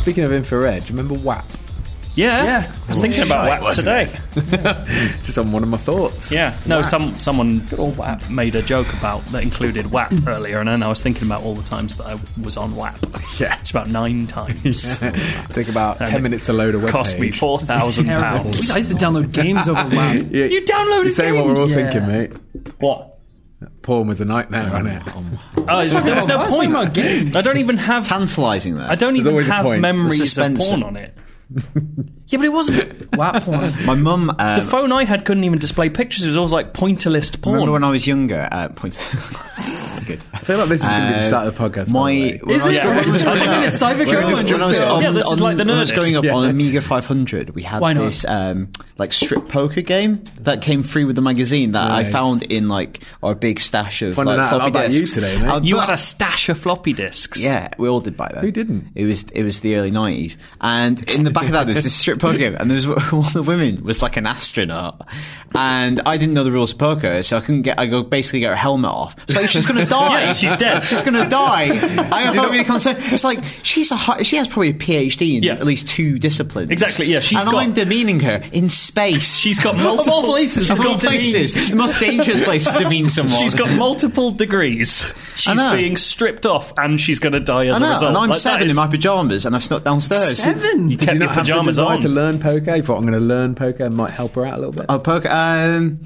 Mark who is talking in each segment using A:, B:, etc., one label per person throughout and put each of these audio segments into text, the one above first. A: Speaking of infrared, do you remember WAP?
B: Yeah.
A: Yeah.
B: I was thinking about
C: Shite,
B: WAP
C: wasn't
B: today.
A: Just on one of my thoughts.
B: Yeah. No, some someone
A: old WAP.
B: made a joke about that included WAP earlier, and then I was thinking about all the times that I was on WAP.
A: Yeah.
B: It's about nine times.
A: Take about
B: And it
A: ten minutes to load a web
B: Cost me
A: page.
B: four thousand
D: Terrible.
B: pounds.
D: I used to download games over WAP.
A: Yeah,
B: You downloaded
A: You're saying what we're all
B: games?
A: thinking, mate.
B: What?
A: Porn was a nightmare, wasn't it?
B: Oh, is- there's no point. I don't even have.
C: Tantalising there.
B: I don't
A: There's
B: even
A: always a
B: have
A: point.
C: The
B: memories of
C: suspense.
B: porn on it. yeah, but it wasn't.
D: WAP porn.
C: My mum. Um,
B: The phone I had couldn't even display pictures. It was always like pointer list porn.
C: Remember when I was younger? Uh, point. Good. I
A: feel like this is gonna be the start of the podcast, by
C: Uh, My,
A: the way.
C: when I was
D: it?
C: growing-
D: Is it?
C: when I
D: I think it's
C: was-
D: cyber
C: when I was-
D: challenge
C: when I was
D: still.
C: on-
B: Yeah, this is
C: on-
B: like the
C: when I was
B: Nerdist.
C: growing up
A: Yeah.
C: on Amiga 500, we had
D: Why not?
C: this um, like strip poker game that came free with the magazine that I
A: Nice.
C: found in like our big stash of
A: Finding
C: like,
A: out
C: floppy
A: about you
C: disks.
A: today, mate.
C: Uh,
B: you
C: but-
B: had a stash of floppy disks.
C: yeah, we all did by then.
A: Who didn't?
C: It was it was the early nineties, and in the back of that there's this strip poker game, and there was one of the women was like an astronaut, and I didn't know the rules of poker, so I couldn't get I go basically get her helmet off. It's like she's gonna die.
B: Yeah, she's dead.
C: She's gonna die. I have not really concerned. It's like she's a hi- she has probably a PhD in
B: Yeah.
C: at least two disciplines.
B: Exactly, yeah, she's
C: and
B: got-
C: I'm demeaning her in space.
B: She's got multiple
C: She's
B: places.
C: got places. The most dangerous place to demean someone.
B: She's got multiple degrees. She's
C: know.
B: being stripped off, and she's going to die as
C: I know,
B: a result.
C: and I'm
B: Like, that
C: seven in
B: is-
C: my pajamas, and I've snuck downstairs.
D: Seven.
B: You
A: Did you
B: kept your
A: not have the
B: pajamas
A: desire
B: on.
A: to learn poker? You thought I'm going to learn poker and might help her out a little bit.
C: Oh, poker. Um,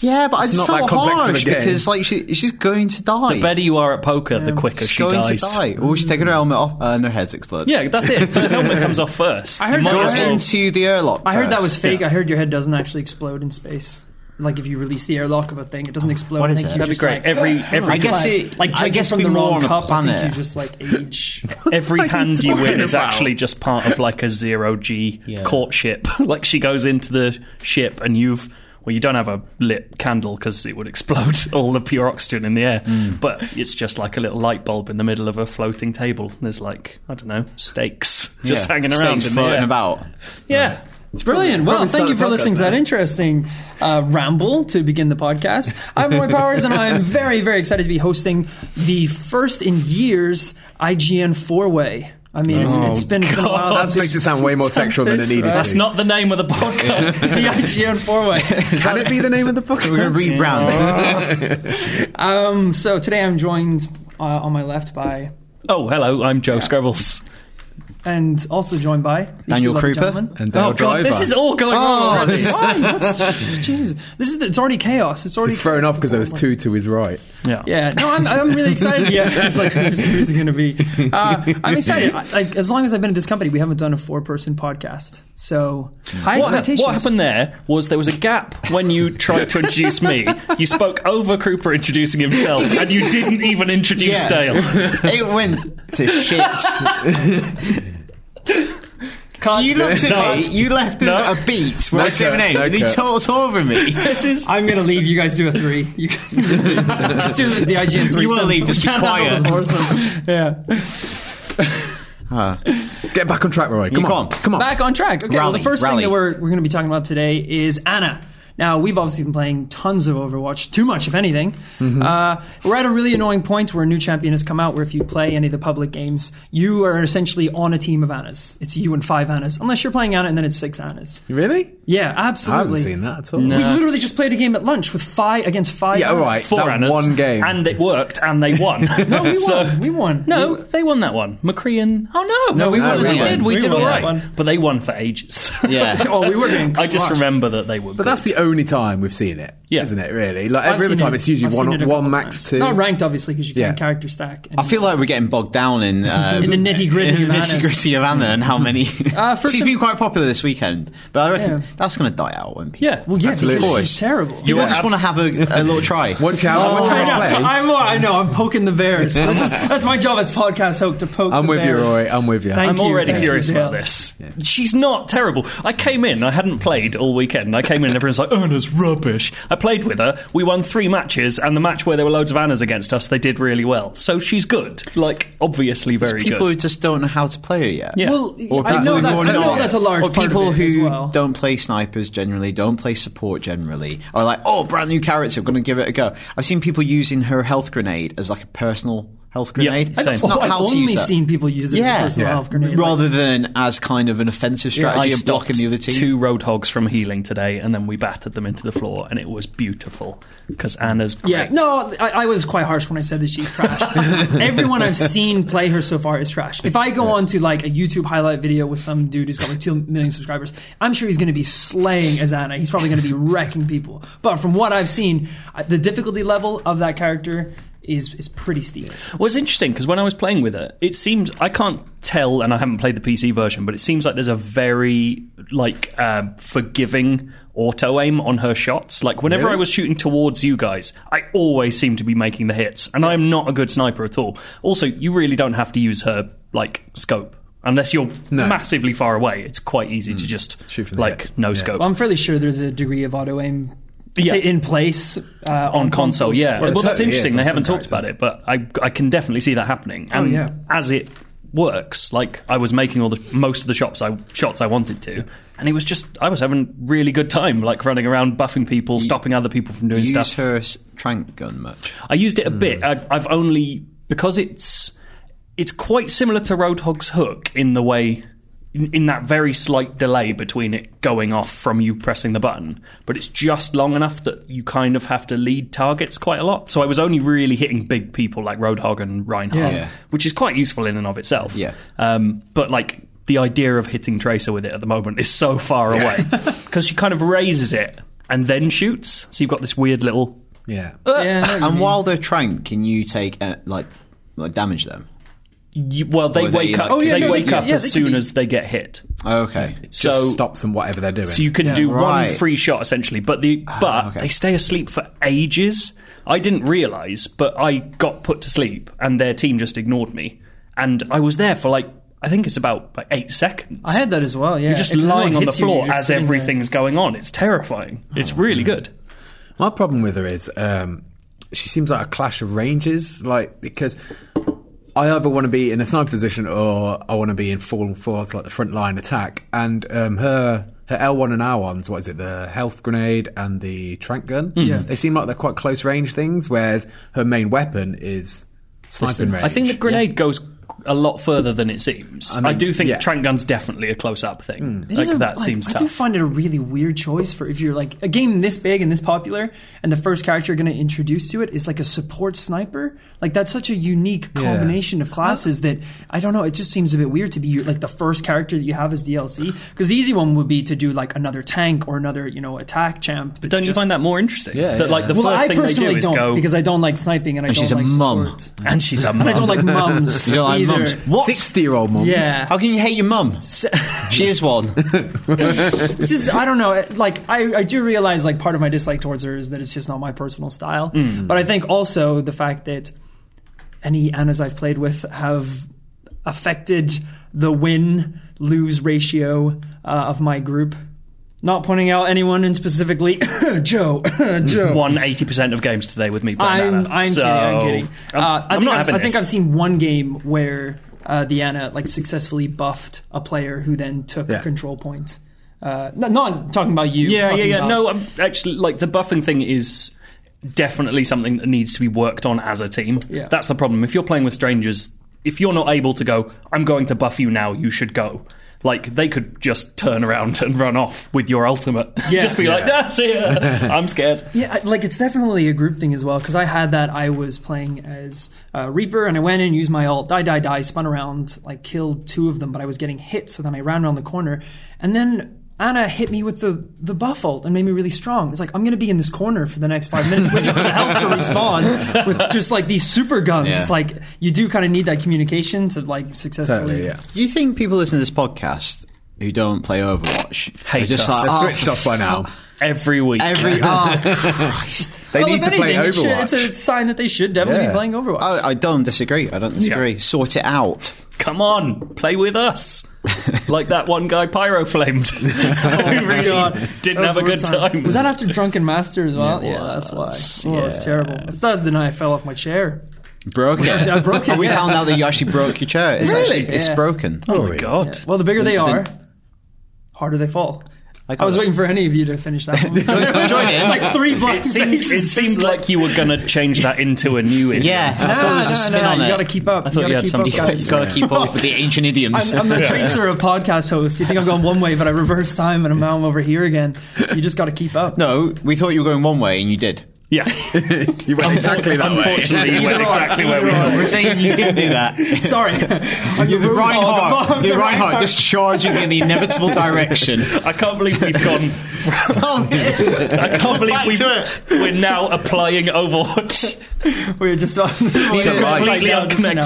C: yeah, but I
A: not
C: just felt
A: that complex of a
C: harsh
A: game.
C: because like she, she's going to die.
B: The better you are at poker, the quicker
C: she's
B: she
C: going
B: dies.
C: to die. Or she's taking her helmet off uh, and her head's exploded.
B: Yeah, that's it. The helmet comes off first.
D: I heard
B: You might
D: that
C: Go
B: as well-
C: into the airlock.
D: I heard that
C: first.
D: was fake.
B: Yeah.
D: I heard your head doesn't actually explode in space. Like if you release the airlock of a thing, it doesn't explode.
C: What
D: I
C: is
D: think
C: it?
D: you
C: That'd
B: be
D: just,
B: great.
D: Like, "Oh,
B: Every- every-
C: I guess it-
D: Like
C: I
D: drinking
C: guess
D: from
C: we
D: the
C: were
D: wrong
C: on a
D: cup, I
C: planet.
D: think you just like age.
B: Every hand you win
A: talking
B: is
A: about?
B: actually just part of like a zero G courtship. like she goes into the ship and you've. Well, you don't have a lit candle because it would explode all the pure oxygen in the air.
C: Mm.
B: But it's just like a little light bulb in the middle of a floating table. There's like, I don't know, stakes just
C: Yeah.
B: hanging around.
C: Stakes
B: in the
C: floating
B: air.
C: about.
B: Yeah.
D: Brilliant. Well,
A: Probably
D: thank you
A: start
D: for
A: the
D: listening
A: podcast
D: to that
A: now.
D: interesting uh, ramble to begin the podcast. I'm Roy Powers, and I'm very, very excited to be hosting the first in years IGN four way. I mean, it's, it's been a while.
A: That
D: since-
A: makes it sound way more sexual than it
D: That's
A: needed
D: right.
A: to.
B: That's not the name of the podcast.
D: the IGN four way.
A: Can it be the name of the book?
C: We're going to rebrand.
D: Um, so today I'm joined uh, on my left by,
B: oh, hello, I'm Joe Scrabbles.
D: and also joined by these
C: Daniel
D: two lovely
C: Krupa.
D: gentlemen.
A: and Dale
B: Oh, God,
A: Driver.
B: this is all going on.
C: Oh,
B: already.
C: this is-
D: Why? What's, Jesus, this is it's already chaos. It's already
A: He's thrown
D: chaos
A: off because there was
C: Oh,
D: before.
A: two to his right.
B: Yeah.
D: Yeah, no, I'm, I'm really excited. Yeah, it's like who's, who's it going to be? Uh, I'm excited. I, like as long as I've been at this company, we haven't done a four-person podcast, so high
B: What, hap-
D: expectations.
B: what happened there was there was a gap when you tried to introduce me. You spoke over Cooper introducing himself, and you didn't even introduce
C: Yeah.
B: Dale.
C: it went to shit. you looked at
B: No.
C: me. You left
B: No.
C: a beat where I
A: cut,
C: said my name,
A: no
C: and he
A: cut.
C: talked over me.
B: This is
D: I'm going to leave. You guys do a three. You guys just do the, the IGN three.
C: You wanna leave, just be quiet.
D: Yeah.
A: Get back on track, Roy. Come
C: Yeah,
A: on.
C: come on.
A: Come on.
D: Back on track. Okay, well, the
C: Rally,
D: first
C: rally.
D: thing that we're, we're going to be talking about today is Anna. Now, we've obviously been playing tons of Overwatch, too much, if anything.
A: Mm-hmm.
D: Uh, we're at a really annoying point where a new champion has come out where if you play any of the public games, you are essentially on a team of Annas. It's you and five Annas, unless you're playing Anna and then it's six Annas.
A: Really?
D: Yeah,
A: I haven't
D: absolutely.
A: seen that at all.
D: We literally just played a game at lunch with five against five.
A: Yeah, all
D: Annas.
A: right.
B: four
A: That
B: runners,
A: one game.
B: and it worked, and they won. no,
D: We won.
B: So,
D: we won.
B: no, they won that one. McCree and oh no,
C: No, we
A: won that
B: We
A: one.
B: did. We,
D: We
B: did
D: won
B: all
D: that
B: right,
D: one.
B: but they won for ages.
C: Yeah.
D: Oh, we were getting.
B: I just
D: crushed.
B: remember that they were.
A: But that's the only time we've seen it,
B: Yeah.
A: isn't it? Really, like
D: I've
A: every other
D: seen
A: time,
D: it-
A: it's usually
D: I've seen
A: one,
D: it a
A: one
D: couple
A: max
D: times.
A: two.
D: Not ranked, obviously, because you
A: Yeah.
D: can't character stack.
C: I feel like we're getting bogged down in, um,
D: In the nitty-gritty
C: in the
D: of Anna's.
C: nitty-gritty of Anna and how many.
D: Uh, first
C: She's
D: of-
C: been quite popular this weekend, but I reckon
D: Yeah.
C: that's going to die out when people.
B: yeah.
D: Well, yeah, because
A: Absolutely.
D: she's terrible.
C: You
B: You're
C: all just
B: ab-
C: want to have a, a little try.
A: Watch out! watch
D: I know.
A: out, play.
D: I'm, I know. I'm poking the bears. This is, that's my job as podcast host to poke.
A: I'm
D: the
A: with you,
D: bears.
A: Roy. I'm with you.
D: Thank
B: I'm
D: you,
B: already
D: thank
B: furious
D: you,
B: about
D: Dale.
B: this. She's not terrible. I came in, I hadn't played all weekend. I came in and everyone's like, Anna's rubbish. I played with her. We won three matches, and the match where there were loads of Annas against us, they did really well. So she's good. Like, obviously very
C: people who
B: good.
C: just don't know how to play her yet.
B: Yeah.
D: Well,
A: Or
D: I
A: people
D: know
A: who
D: that's, I
A: are
D: know
A: not.
D: that's a large
C: or
D: part
C: people
D: of it as
C: who
D: well.
C: don't play snipers generally, don't play support generally, are like, oh, brand new character, I'm going to give it a go. I've seen people using her health grenade as like a personal health grenade.
B: same.
C: That's not
D: I've
C: how to
D: only
C: use that.
D: seen people use it as
C: Yeah.
D: a personal
A: Yeah.
D: health grenade.
C: rather than as kind of an offensive strategy
B: I
C: of
B: stopped
C: blocking the other team.
B: two roadhogs from healing today, and then we battered them into the floor, and it was beautiful because Anna's great.
D: Yeah, no, I, I was quite harsh when I said that she's trash. Everyone I've seen play her so far is trash. If I go on to like a YouTube highlight video with some dude who's got like two million subscribers, I'm sure he's going to be slaying as Anna. He's probably going to be wrecking people. But from what I've seen, I- the difficulty level of that character is is pretty steep.
B: Well, it's interesting because when I was playing with it, it seems I can't tell, and I haven't played the PC version, but it seems like there's a very like uh, forgiving auto aim on her shots. Like whenever
A: Really?
B: I was shooting towards you guys, I always seem to be making the hits, and I'm not a good sniper at all. Also, you really don't have to use her like scope. Unless you're
A: No. Hmm.
B: massively far away, it's quite easy to just
A: Shoot from the
B: like
A: hip.
B: no
A: Yeah.
B: scope.
D: Well, I'm fairly sure there's a degree of auto aim
B: Yeah.
D: in place uh,
B: on console.
D: consoles.
B: Yeah, well,
A: Well, it
B: that's
A: totally
B: interesting.
A: is
B: They
A: on
B: haven't
A: some
B: talked about it, but I I can definitely see that happening. And
D: yeah.
B: as it works, like I was making all the most of the shots I shots I wanted to, and it was just I was having really good time, like running around, buffing people, stopping other people from
C: Do
B: doing
C: you
B: stuff.
C: use her s- trank gun much?
B: I used it a
C: Hmm.
B: bit. I, I've only because it's it's quite similar to Roadhog's hook in the way in, in that very slight delay between it going off from you pressing the button, but it's just long enough that you kind of have to lead targets quite a lot. So I was only really hitting big people like Roadhog and Reinhardt,
C: Yeah.
B: which is quite useful in and of itself.
C: Yeah.
B: Um, but like the idea of hitting Tracer with it at the moment is so far away because she kind of raises it and then shoots. So you've got this weird little
A: Yeah.
D: Yeah, I know what you
C: And
D: mean.
C: while they're tranked, can you take uh, like like damage them?
B: You, well, they
C: Or they,
B: wake
C: like,
B: up.
C: Oh, yeah,
B: they
D: no, they
B: wake
D: can-
B: up
D: yeah,
B: as
D: they can
B: soon
D: be-
B: as they get hit.
C: Okay.
A: So
B: So,
A: stops them whatever they're doing.
B: so you can do
C: right.
B: one free shot essentially, but the but
C: okay.
B: they stay asleep for ages. I didn't realize, but I got put to sleep, and their team just ignored me, and I was there for like I think it's about like eight seconds.
D: I had that as well. Yeah,
B: You're just
D: If someone
B: lying on the
D: hits you,
B: floor
D: you're
B: as
D: sitting there.
B: everything's going on. It's terrifying. It's really good.
A: My problem with her is um, she seems like a clash of ranges, like because I either want to be in a sniper position or I want to be in full force, like the front line attack. And um, her her L one and R ones, what is it, the health grenade and the trank gun? Yeah, they seem like they're quite close range things. Whereas her main weapon is sniping range.
B: I think the grenade goes a lot further than it seems. I, do think
A: yeah.
B: trank gun's definitely a close up thing.
D: It is
B: Like,
D: a-
B: that
D: like,
B: seems
D: I
B: tough.
D: do find it a really weird choice for if you're like a game this big and this popular, and the first character you're going to introduce to it is like a support sniper. Like that's such a unique combination of classes that I don't know. It just seems a bit weird to be your- like the first character that you have as DLC because the easy one would be to do like another tank or another you know attack champ. But
B: Don't you find that more interesting?
A: Yeah,
B: that like the
D: Well,
B: first
D: I
B: thing they do
D: personally
B: is
D: don't
B: go
D: because I don't like sniping and I
C: And
D: don't
C: she's a
D: like
C: mum.
D: support.
B: and she's a mum.
D: I don't like mums.
C: You don't like
D: either.
C: mums? What?
A: sixty year old mom.
D: Yeah.
C: How can you hate your mum? she is one.
D: it's just I don't know. it- Like I, I do realize like part of my dislike towards her is that it's just not my personal style. But I think also the fact that any Annas I've played with have affected the win lose ratio uh, of my group. Not pointing out anyone in specifically, Joe. Joe.
B: won eighty percent of games today with me. playing
D: I'm,
B: Anna.
D: I'm
B: So,
D: kidding. I'm kidding. Uh,
B: I'm-
D: I
B: I'm
D: think,
B: not
D: I've,
B: having
D: I think
B: this.
D: I've seen one game where uh, the Anna like successfully buffed a player who then took
A: Yeah.
D: control point. Uh, no- not talking about you.
B: Yeah, yeah,
D: talking
B: yeah.
D: about-
B: No, I'm actually, like the buffing thing is definitely something that needs to be worked on as a team.
D: Yeah.
B: That's the problem. If you're playing with strangers, if you're not able to go, I'm going to buff you now. You should go. Like they could just turn around and run off with your ultimate.
D: Yeah.
B: just be like,
A: Yeah.
B: that's it. I'm scared.
D: Yeah, I- like it's definitely a group thing as well. Because I had that. I was playing as uh, Reaper, and I went in, used my ult, die, die, die, spun around, like killed two of them, but I was getting hit. So then I ran around the corner, and then Anna hit me with the the buff ult and made me really strong. It's like I'm gonna be in this corner for the next five minutes, waiting for the health to respawn with just like these super guns.
C: Yeah.
D: It's like you do kind of need that communication to like successfully.
A: Totally, yeah.
C: Do you think people listen to this podcast who don't play Overwatch
B: Hate
C: are
B: us.
C: just like
B: They're
C: "Oh,
A: Switched off by now.
B: Every week.
C: every oh Christ?
A: They
D: Well,
A: need
D: if
A: to play
D: anything, it should-
A: Overwatch.
D: it's a sign that they should definitely be
A: Yeah.
D: playing Overwatch.
C: oh, I, I don't disagree. I don't disagree.
B: Yeah.
C: Sort it out.
B: come on, play with us. like that one guy pyroflamed. oh really didn't
D: That
B: have a good
D: was the worst
B: time.
D: Was that after Drunken Master as well?
B: Yeah,
D: Yeah,
B: it
D: that's why.
B: was.
D: Well, it's terrible. It's that's the night I fell off my chair.
C: Broke it.
D: I broke it,
C: And we
D: yeah.
C: found out that you actually broke your chair. It's
D: Really?
C: actually it's
D: Yeah.
C: broken.
B: oh my Oh god.
D: Well, the bigger they
C: Then-
D: are, harder they fall.
C: I Like, uh,
D: I was waiting for any of you to finish that one.
C: join in.
D: like three
B: It
D: blank
B: seemed,
D: spaces.
B: it seemed like you were going to change that into a new idiom.
C: Yeah, I
D: No,
C: thought it
D: no,
C: was a
D: no,
C: spin
D: no,
C: on
D: you
C: it.
D: gotta keep up.
B: I thought
D: you
B: you
D: gotta
B: had
D: keep up,
B: something.
D: guys.
C: Got to keep up with the ancient idioms.
D: I'm, I'm the tracer of podcast hosts. You think I'm going one way, but I reverse time and I'm now I'm over here again. So you just got to keep up.
C: no, we thought you were going one way and you did.
B: Yeah.
A: You went exactly that way.
B: Unfortunately, you went exactly where we were.
C: We're saying you did do that.
D: Sorry, I'm
C: You're
D: the
C: the
D: Rube Goldberg.
C: Reinhardt.
D: I'm
C: You're
D: the
C: Reinhardt just charging in the inevitable direction.
B: I can't believe we've gone. I can't believe
C: Back
B: we've,
C: to it.
B: we're now applying Overwatch
D: We're just
A: a
D: on
A: lie.
B: completely unconnected
D: completely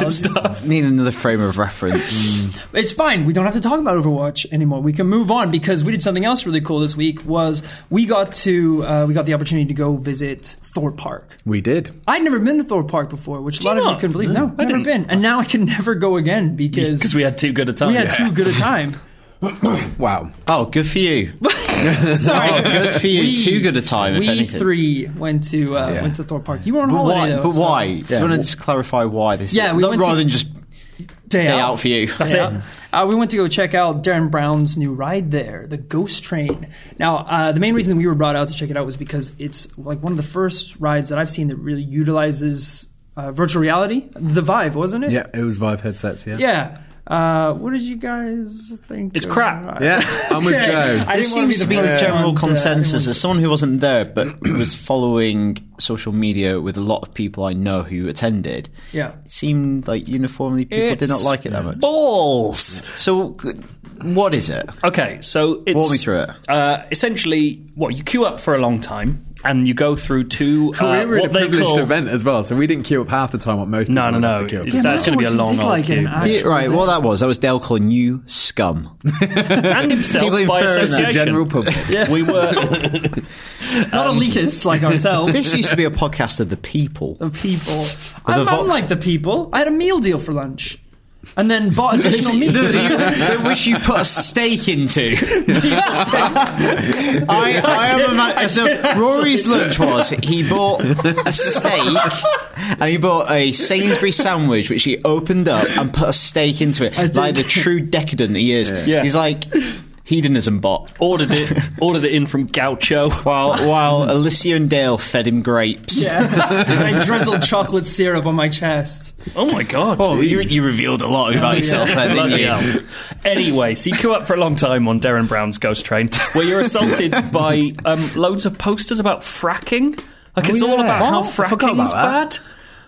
D: unconnected.
B: stuff.
C: Need another frame of
D: Mm.
C: reference.
D: It's fine. We don't have to talk about Overwatch anymore. We can move on because we did something else really cool this week. Was we got to uh, we got the opportunity to go visit Thor Park.
A: We did.
D: I'd never been to Thor Park before, which a lot
B: you
D: of you
B: not?
D: couldn't believe. No,
B: I
D: never
B: didn't.
D: been, and now I can never go again
B: Because
D: because
B: we had too good a time.
D: we had too good a time.
A: Wow.
C: Oh, good for you.
D: Sorry,
C: Oh, good for you.
D: We-
C: Too good a time, if
D: We
C: anything.
D: three went to uh,
A: Yeah.
D: went to Thor Park. You were on
C: But
D: holiday
C: why?
D: though.
C: But
D: so-
C: why? Do you want to just clarify why this?
D: Yeah,
C: is,
D: we
C: Not-
D: went to-
C: rather than just
D: Day,
C: day out for you.
D: Yeah. Uh, we went to go check out Darren Brown's new ride there, the Ghost Train. Now, uh, the main reason we were brought out to check it out was because it's like one of the first rides that I've seen that really utilizes uh, virtual reality. The Vive, wasn't it?
A: Yeah, it was Vive headsets. Yeah.
D: Yeah. Uh, what did you guys think?
B: It's
D: of
B: crap.
D: the ride?
A: Yeah, I'm with
D: Okay.
A: Joe.
D: I
C: This
D: didn't wanna
C: seems to be the
D: first
C: general
D: one to-
C: consensus as someone who wasn't there but was following social media with a lot of people I know who attended.
D: Yeah.
C: It seemed like uniformly people did not like it that much.
B: Balls.
C: So, g- what is it?
B: Okay, so it's
C: Walk me through it.
B: Uh, essentially, what you queue up for a long time, and you go through two. Uh,
A: we were
B: what
A: at a
B: they
A: privileged
B: call,
A: event as well, so we didn't queue up half the time what most people
B: No, no,
A: would have
B: no.
A: to queue up.
B: It's- that's going to be a
D: Imagine what
B: long,
D: you did
B: long
D: like in
B: queue.
D: an
C: Did- right, what that was, that was Dale calling you scum.
B: and
C: People
B: himself by
C: infer that.
A: the
B: association.
A: general public.
B: We were
D: Not
B: Um,
D: elitists like ourselves.
C: this used to be a podcast of the people.
D: of people. I'm,
C: the
D: I'm
C: Vox-
D: like the people. I had a meal deal for lunch, and then bought additional meat.
C: which you put a stake into. I, I am a man. So Rory's lunch was he bought a steak and he bought a Sainsbury sandwich, which he opened up and put a steak into it,
D: did.
C: like the true decadent he is.
B: Yeah.
C: He's like hedonism bot.
B: ordered it, ordered it in from Gaucho.
C: While while Alicia and Dale fed him grapes.
D: Yeah. I drizzled chocolate syrup on my chest.
B: Oh my god!
C: Oh, you, you revealed a lot about yourself there, didn't
B: Bloody
C: you?
B: hell. Anyway, so you queue up for a long time on Darren Brown's Ghost Train, where you're assaulted by um, loads of posters about fracking. Like it's
C: Oh,
B: all
C: yeah.
B: about how
C: Oh, I forgot
B: fracking's
C: about
B: bad,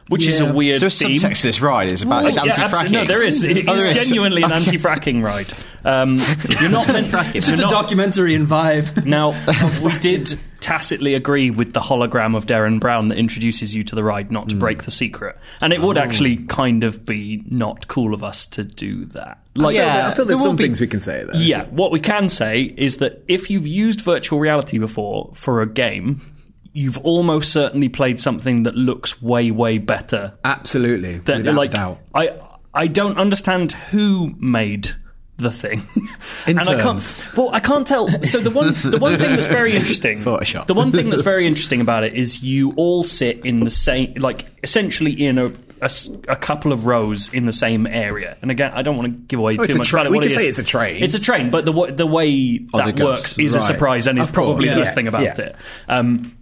B: which is
D: Yeah.
B: a weird
C: So there's
B: theme.
C: subtext to this ride. It's about it's
B: Oh, Yeah,
C: anti-fracking.
B: absolutely. No, there is. It
C: Oh, there
B: is
C: is.
B: genuinely an anti-fracking ride. Um, you're not meant.
D: It's
B: you're
D: just a
B: not-
D: documentary in Vive.
B: Now, we did tacitly agree with the hologram of Darren Brown that introduces you to the ride not to break the secret. And it would actually kind of be not cool of us to do that. Like,
A: I feel
C: There
A: there's
C: will
A: some
C: be-
A: things we can say though.
B: yeah, what we can say is that if you've used virtual reality before for a game, you've almost certainly played something that looks way, way better
A: Absolutely.
B: that
A: without
B: like
A: doubt.
B: I I don't understand who made the thing. and I
A: Interns.
B: can't well I can't tell. So the one the one thing that's very interesting
C: Photoshop.
B: The one thing that's very interesting about it is you all sit in the same like essentially in a a s- a couple of rows in the same area, and again, I don't want to give away
A: Oh, it's
B: too
A: a
B: much
A: tra-
B: about it.
A: we
B: what
A: can
B: it is.
A: say it's a train.
B: It's a train, but the wa- the way that
C: the
B: works
C: ghosts,
B: is a
A: right.
B: surprise, and is
A: Of course,
B: probably the
A: yeah.
B: best thing about
A: Yeah.
B: it. Um,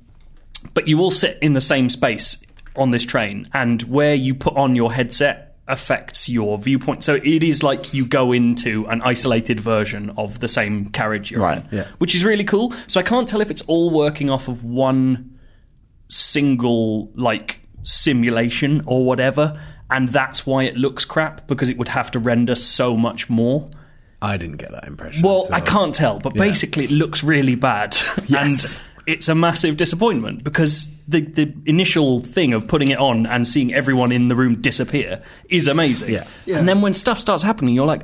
B: but you all sit in the same space on this train, and where you put on your headset affects your viewpoint. So it is like you go into an isolated version of the same carriage you're
C: Right,
B: in,
A: yeah.
B: which is really cool. So I can't tell if it's all working off of one single like simulation or whatever, and that's why it looks crap because it would have to render so much more.
A: I didn't get that impression.
B: Well,
A: at
B: I
A: all.
B: can't tell, but basically it looks really bad.
A: Yes.
B: And it's a massive disappointment because the, the initial thing of putting it on and seeing everyone in the room disappear is amazing.
A: Yeah.
D: Yeah.
B: And then when stuff starts happening, you're like,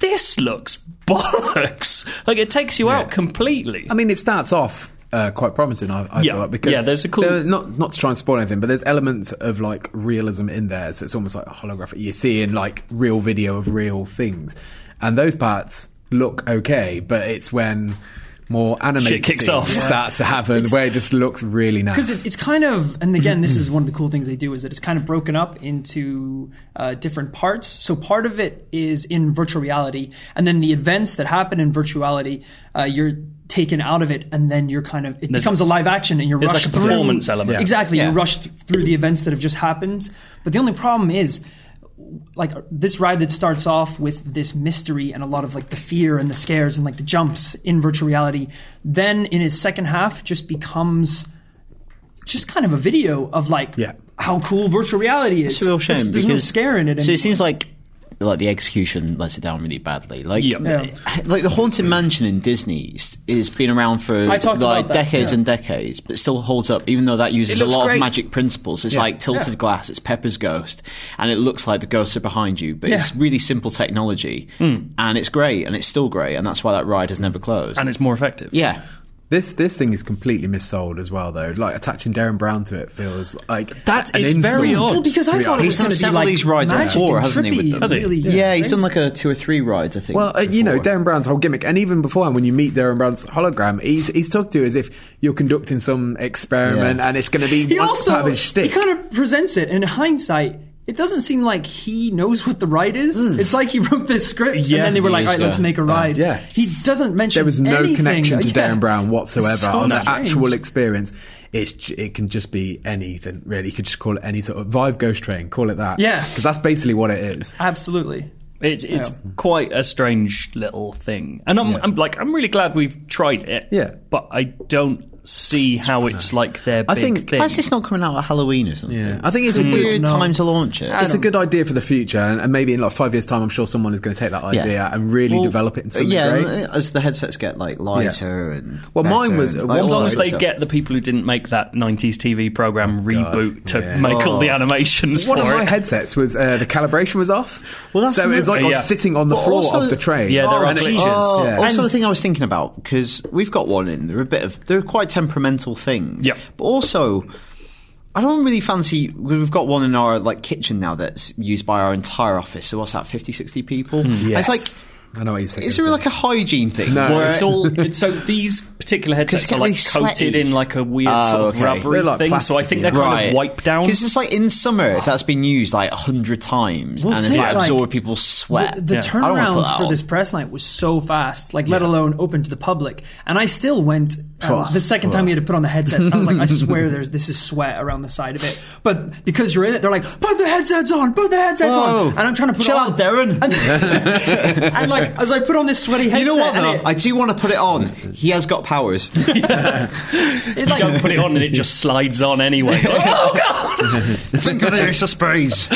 B: this looks bollocks. Like it takes you out completely.
A: I mean, it starts off uh, quite promising. I, I
B: Yeah.
A: feel like because
B: Yeah, there's a cool-
A: there are- not not to try and spoil anything, but there's elements of like realism in there, so it's almost like a holographic. You're seeing like real video of real things, and those parts look okay, but it's when more animated
B: Shit kicks
A: thing
B: off. Yeah.
A: starts to happen where it just looks really nice.
D: because it, it's kind of and again this is one of the cool things they do is that it's kind of broken up into uh, different parts so part of it is in virtual reality and then the events that happen in virtuality uh, you're taken out of it and then you're kind of it becomes a live action and you're
B: there's
D: rushed
B: like a
D: through-
B: performance element. Yeah.
D: exactly
C: Yeah.
D: you rush th- through the events that have just happened but the only problem is like this ride that starts off with this mystery and a lot of like the fear and the scares and like the jumps in virtual reality then in his second half just becomes just kind of a video of like
A: Yeah.
D: how cool virtual reality is.
C: It's a real shame
D: It's- there's no
C: because-
D: scare in it.
C: So
D: anymore.
C: it seems like like the execution lets it down really badly. Like
B: Yep.
D: Yeah.
C: like the haunted mansion in Disney is, is been around for
D: I talked
C: like
D: about that,
C: decades
D: yeah.
C: and decades, but still holds up. Even though that uses
B: It
C: a
B: looks
C: lot
B: great.
C: of magic principles, it's like tilted
D: Yeah.
C: glass, it's Pepper's ghost, and it looks like the ghosts are behind you. But it's
D: Yeah. Hmm.
C: really simple technology, and it's great, and it's still great, and that's why that ride has never closed.
B: and it's more effective.
C: yeah,
A: This this thing is completely missold as well, though. Like attaching Darren Brown to it feels like
B: That's-
A: an
B: it's very
A: insult
B: odd.
D: well, because
A: to
D: I
A: be
D: thought it was
A: honest.
C: done
D: going to be
C: several
D: like
C: of these rides on
D: magic
C: four,
D: and
C: hasn't he,
D: trippy
C: with them?
D: and
B: Has he?
D: really,
C: yeah, he's
D: things.
C: done like a two or three rides, I think.
A: Well, uh, you know,
C: before.
A: Darren Brown's whole gimmick, and even beforehand, when you meet Darren Brown's hologram, he's he's talked to you as if you're conducting some experiment,
C: Yeah.
A: and it's going to be
D: He
A: one
D: also
A: part of his
D: he
A: shtick.
D: kind of presents it in hindsight. It doesn't seem like he knows what the ride is.
A: Hmm.
D: It's like he wrote this script
B: Yeah.
D: and then they were like,
C: Years
D: "All right,
C: ago.
D: let's make a ride."
A: Yeah.
D: He doesn't mention
A: there was no
D: anything.
A: connection to
D: Yeah.
A: Darren Brown whatsoever
D: So
A: on the
D: strange.
A: actual experience. It's j- it can just be anything really. You could just call it any sort of Vive Ghost Train, call it that.
D: Yeah.
A: because that's basically what it is.
D: Absolutely.
B: It's it's quite a strange little thing, and I'm,
A: Yeah.
B: I'm like I'm really glad we've tried it.
A: Yeah.
B: but I don't see how it's like their big
A: think-
B: thing.
C: Why is this not coming out at Halloween or something?
A: Yeah, I think it's a
C: Weird
A: good.
C: time to launch it.
A: It's a good idea for the future, and, and maybe in like five years' time, I'm sure someone is going to take that idea and really
C: Well,
A: develop it into something
C: yeah,
A: great.
C: uh, as the headsets get like lighter and
A: Well, mine
C: better
A: was-
C: and,
A: well,
B: uh, as
A: all
B: long as
A: that
B: they get the people who didn't make that '90s TV program reboot to
A: Yeah.
B: make all the animations
A: One of
B: for
A: my
B: it.
A: headsets was uh, the calibration was off.
C: Well, that's
A: so it was like I was
B: Yeah.
A: sitting on the
C: But
A: floor
C: also-
A: of the train.
B: Yeah, there
A: Oh,
B: are
A: and it-
B: glitches.
A: oh,
B: Yeah.
A: also-
C: Also, the thing I was thinking about because we've got one in. They're a bit of they're quite temperamental things.
B: Yeah.
C: but also. I don't really fancy. We've got one in our like kitchen now that's used by our entire office. So what's that? 50, 60
B: Hmm.
C: people.
A: yes.
C: It's
A: I know what you're saying.
C: like, is there like a hygiene thing?
A: No.
B: Well,
C: where-
B: it's all it's, so these particular headsets
C: get
B: are like
C: really
B: coated
C: sweaty.
B: in like a weird
C: Oh,
B: sort of
C: okay.
B: rubbery
A: They're like
B: thing. so I
A: plasticky,
B: think they're kind of wiped down.
C: Because it's like in summer, if that's been used like a hundred times
D: Well,
C: and it's
D: think,
C: like
D: like,
C: absorbed people's sweat.
D: The, the
C: I don't wanna put that
D: turnaround for
C: on.
D: this press night was so fast, like let alone open to the public. And I still went um, the second time we had to put on the headsets. I was like, I swear, there's this is sweat around the side of it. But because you're in it, they're like, put the headsets on, put the headsets
C: Whoa.
D: on. And I'm trying to put
C: Chill
D: it on.
C: out, Darren.
D: And, and like as I put on this sweaty headset,
C: You know what
D: and
C: though?
D: it-
C: I do want to put it on. He has got powers.
D: it, like,
B: don't put it on and it just slides on anyway. oh god!
C: Think of the extra sprays.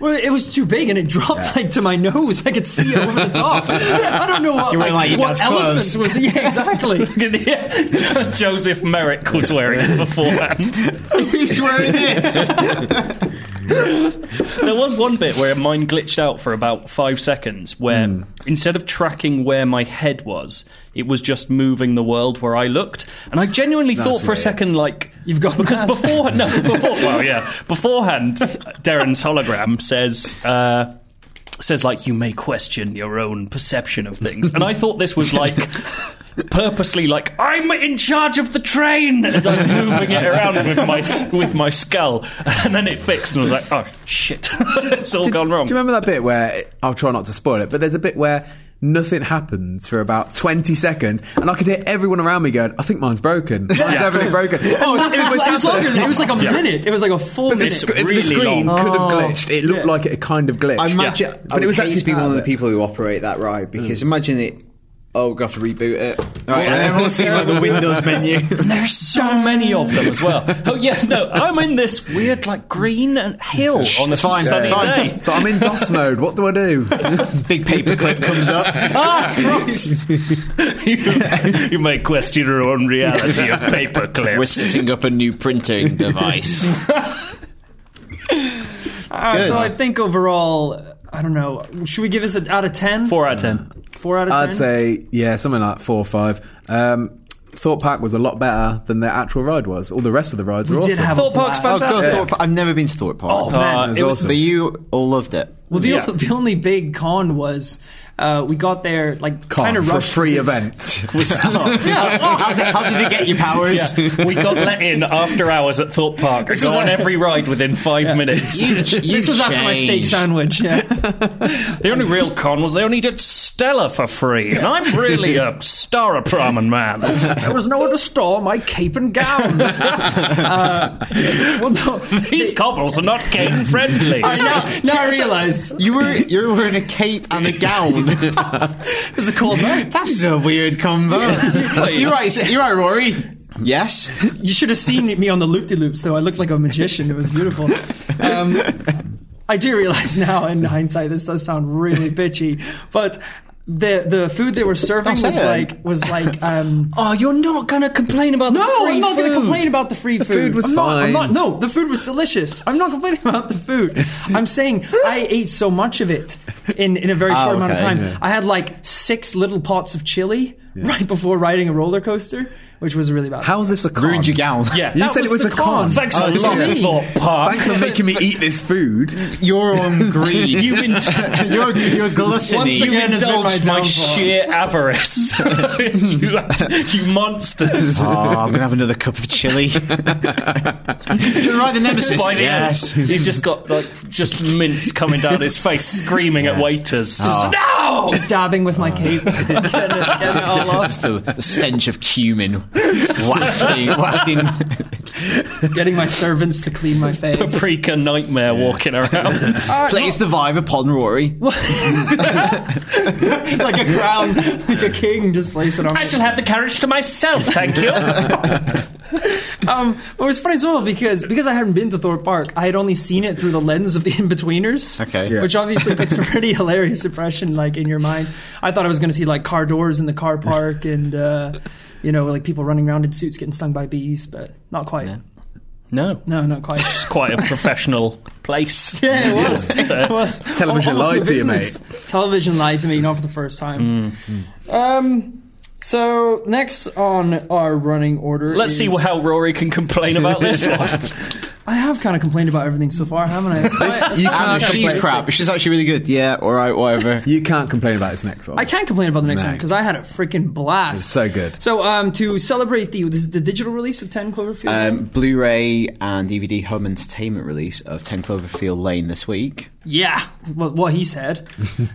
D: Well, it was too big and it dropped like to my nose. I could see it over the top. I don't know what,
C: You were like, your dad's
D: what elephant
C: clothes.
D: was. Yeah, exactly.
B: Yeah. Joseph Merrick was wearing it beforehand.
C: He's wearing this.
B: There was one bit where mine glitched out for about five seconds, where
D: Hmm.
B: instead of tracking where my head was, it was just moving the world where I looked, and I genuinely thought for a
A: weird.
B: second, like,
D: You've gone
B: because
D: mad.
B: before, no, before, well, yeah, beforehand, Darren's hologram says. Uh, Says like you may question your own perception of things, and I thought this was like purposely like I'm in charge of the train, and like moving it around with my with my skull, and then it fixed, and I was like, oh shit, it's all gone wrong.
A: Do you remember that bit where I'll try not to spoil it, but there's a bit where nothing happens for about 20 seconds, and I could hear everyone around me going, "I think mine's broken. Mine's definitely broken."
D: Oh, it was, it was,
A: happening.
D: longer than it was like a minute. It was like a full
A: The,
D: minute.
B: It's
A: sc- the
B: really
A: screen
B: long.
A: could have glitched. It looked like it kind of glitched.
C: Imagine,
A: Yeah.
C: Oh. I would hate to be
A: part
C: one of
A: it.
C: the people who operate that ride because imagine it. Oh, we have to reboot it. All right,
A: Yeah.
C: everyone's seeing like the Windows menu.
B: There's so many of them as well. Oh yeah, no, I'm in this weird like green and hill on a
C: It's fine,
B: sunny
C: it's fine.
B: day.
A: So I'm in DOS mode. What do I do?
C: Big paperclip comes up. ah, Christ.
B: you, you may question your own reality of paperclips.
C: We're setting up a new printing device.
D: Uh, so
C: Good.
D: I think overall, I don't know. Should we give this an out of ten?
B: Four out of ten.
D: Four out of ten.
A: I'd say yeah, something like four or five. Um, Thought Park was a lot better than the actual ride was. All the rest of the rides were
D: We did
A: awesome.
D: have
B: Thought
D: a
B: Park's
D: blast.
B: fantastic.
C: Go
B: Yeah.
C: Thorpe Park. Oh, I've never been to Thorpe Park.
D: Oh, man.
B: Uh,
A: It was
B: it was
A: awesome.
C: But you all loved it.
D: Well, the,
B: Yeah.
D: the only big con was Uh, we got there like kind of
A: for a
D: rushed.
A: free
D: 'cause it's-
A: event.
C: how, did, how did you get your powers?
B: we got let in after hours at Thorpe Park. I
D: was
B: go on
D: a-
B: every ride within five minutes.
C: You, you
D: This was after my steak
C: changed.
D: sandwich. Yeah.
B: The only real con was they only did Stella for free, and I'm really a star of Brahmin man.
D: there was nowhere to store my cape and gown. uh, well, no.
B: These cobbles are not game friendly.
D: Now, now I realize
C: You were you were in a cape and a gown.
D: it's a cold night.
C: That's a weird combo. you're right. You're right, Rory. Yes.
D: You should have seen me on the loop de loops, though. I looked like a magician. It was beautiful. Um, I do realize now, in hindsight, this does sound really bitchy, but. The, the food they were serving
C: Don't say
D: was
C: it.
D: like was like um,
B: Oh, you're not going to complain about
D: no I'm not going to complain about the free food.
A: food was
D: I'm not- I'm
A: fine.
D: not- no, the food was delicious. I'm not complaining about the food. I'm saying I ate so much of it in in a very short amount of
C: okay.
D: time. I had like six little pots of chili right before riding a roller coaster, which was really bad.
A: How's this a con?
C: Ruined your gown.
B: Yeah,
A: You
D: That
A: said
D: was
A: it was
D: the
A: a con.
D: con.
B: Thanks
C: Oh,
B: a lot,
C: yeah.
B: Thorpe Park.
A: Thanks for making me eat this food.
C: Your own greed.
B: You int-
C: your your gluttony.
D: Once
B: you
D: again, has been
B: indulged
D: my
B: my,
D: downfall.
B: sheer avarice. you, you monsters.
C: oh, I'm gonna have another cup of chili. Do you ride the Nemesis?
B: By the
C: yes.
B: end, he's just got like just mints coming down his face, screaming at waiters.
A: Ah.
B: Just, No!
D: dabbing with my cape. Get it- get it all off.
C: Just the, the stench of cumin wafting, wafting.
D: Getting my servants to clean my face. Ah,
B: Paprika nightmare walking around.
C: Plays the vibe upon Rory.
D: like a crown, like a king, just place it on.
B: I shall have the carriage to myself, thank you.
D: Um, but it was funny as well because because I hadn't been to Thorpe Park, I had only seen it through the lens of the In-Betweeners.
C: Okay. Yeah.
D: Which obviously puts a pretty hilarious impression like in your mind. I thought I was going to see like car doors in the car park and uh, you know like people running around in suits getting stung by bees, but not quite.
B: No,
D: No, not quite.
B: it's quite a professional place.
D: Yeah, it was. It was.
A: Television
D: Almost a
A: lied to you,
D: business. Television lied to me, not for the first time.
B: Mm,
D: Um. So next on our running order,
B: Let's see
D: is-
B: how Rory can complain about this one.
D: I have kind of complained about everything so far, haven't I? It's quite-
A: You
C: And
A: can't,
C: she's
A: complain,
C: crap. She's actually really good. Yeah, all right, whatever.
A: you can't complain about this next one.
D: I can't complain about the next
A: No.
D: one because I had a freaking blast.
A: so good.
D: So, um, to celebrate the this is the digital release of Ten Cloverfield,
C: Um, Blu-ray and DVD home entertainment release of 10 Cloverfield Lane this week.
D: yeah, what, what he said.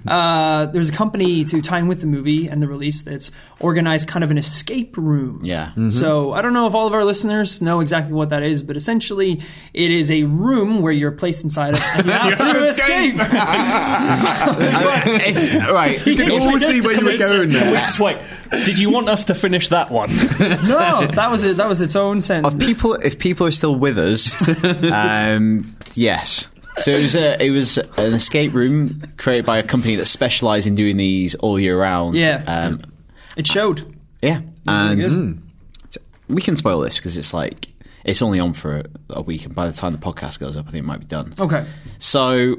D: uh, there's a company to time with the movie and the release that's organized kind of an escape room.
C: Yeah.
D: So I don't know if all of our listeners know exactly what that is, but essentially it is a room where you're placed inside of and you have to escape.
C: If- right.
A: can always see where you were going
B: Can we
A: there.
B: just wait? Did you want us to finish that one?
D: No, that was it. That was its own sentence.
C: If people, if people are still with us, um, yes. So it was a, it was an escape room created by a company that specialised in doing these all year round.
D: Yeah.
C: Um,
D: It showed.
C: yeah. And
D: good.
C: so we can spoil this because it's like it's only on for a, a week, and by the time the podcast goes up, I think it might be done.
D: Okay.
C: So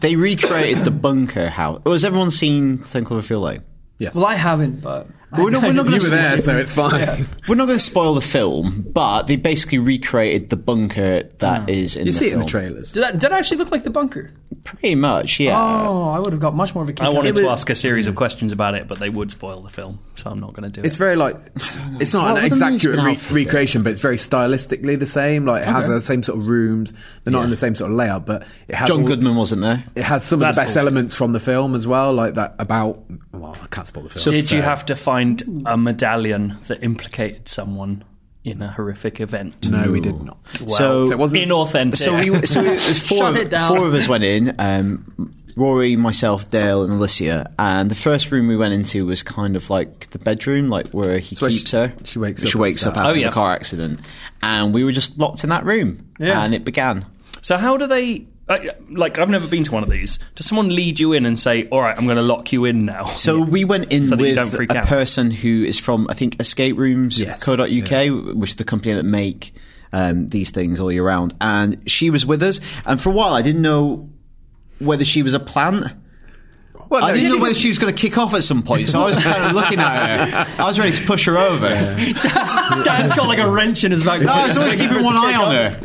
C: they recreated the bunker house. Oh, has everyone seen Ten Cloverfield Lane?
A: Yes.
D: Well, I haven't, but
C: We're not- we're not gonna
A: you were there, so it's fine.
C: We're not going to spoil the film, but they basically recreated the bunker that is in
A: Hmm. You
C: the
A: see it in
C: film.
A: the trailers.
D: Did that, did that actually look like the bunker?
C: Pretty much, yeah.
D: Oh, I would have got much more of a kick.
B: I
D: out
B: wanted
D: of it.
B: to ask a series of questions about it, but they would spoil the film, so I'm not going to do
A: It's
B: it.
A: very like it's not
C: Well,
A: an
C: the
A: exact
C: movie's been
A: re-
C: out for-
A: recreation, but it's very stylistically the same. Like it has the same sort of rooms. They're not in the same sort of layout, but it has
C: John
A: all-
C: Goodman wasn't there.
A: It has some of
B: That's
A: the best
B: bullshit.
A: elements from the film as well, like that about. Well, I can't spoil the film.
B: Did you have to find a medallion that implicated someone in a horrific event?
A: no, we did not.
C: so,
A: So it wasn't-
B: inauthentic.
C: so we, so we, four,
D: Shut
C: of,
D: it down.
C: four of us went in. Um, Rory, myself, Dale, and Alicia. And the first room we went into was kind of like the bedroom, like where he
A: where
C: keeps
A: she-
C: her.
A: she wakes
C: She
A: up
C: wakes up
A: and
C: after
B: stuff. Oh, yeah.
C: the car accident, and we were just locked in that room.
D: Yeah.
C: and it began.
B: So how do they? I- Like, I've never been to one of these. Does someone lead you in and say, "All right, I'm going to lock you in now"?
C: So we went in
B: So that you
C: with
B: don't freak
C: a
B: out.
C: person who is from, I think, Escape Rooms
A: Yes.
C: Co.uk, which is the company that make um, these things all year round. And she was with us, and for a while I didn't know whether she was a plant
A: Well,
C: I
A: no,
C: didn't
A: she
C: know whether she was going to kick off at some point, so I was kind of looking at her. I was ready to push her over.
D: Dad's got like a wrench in his back.
C: No, I was always keeping one eye on her.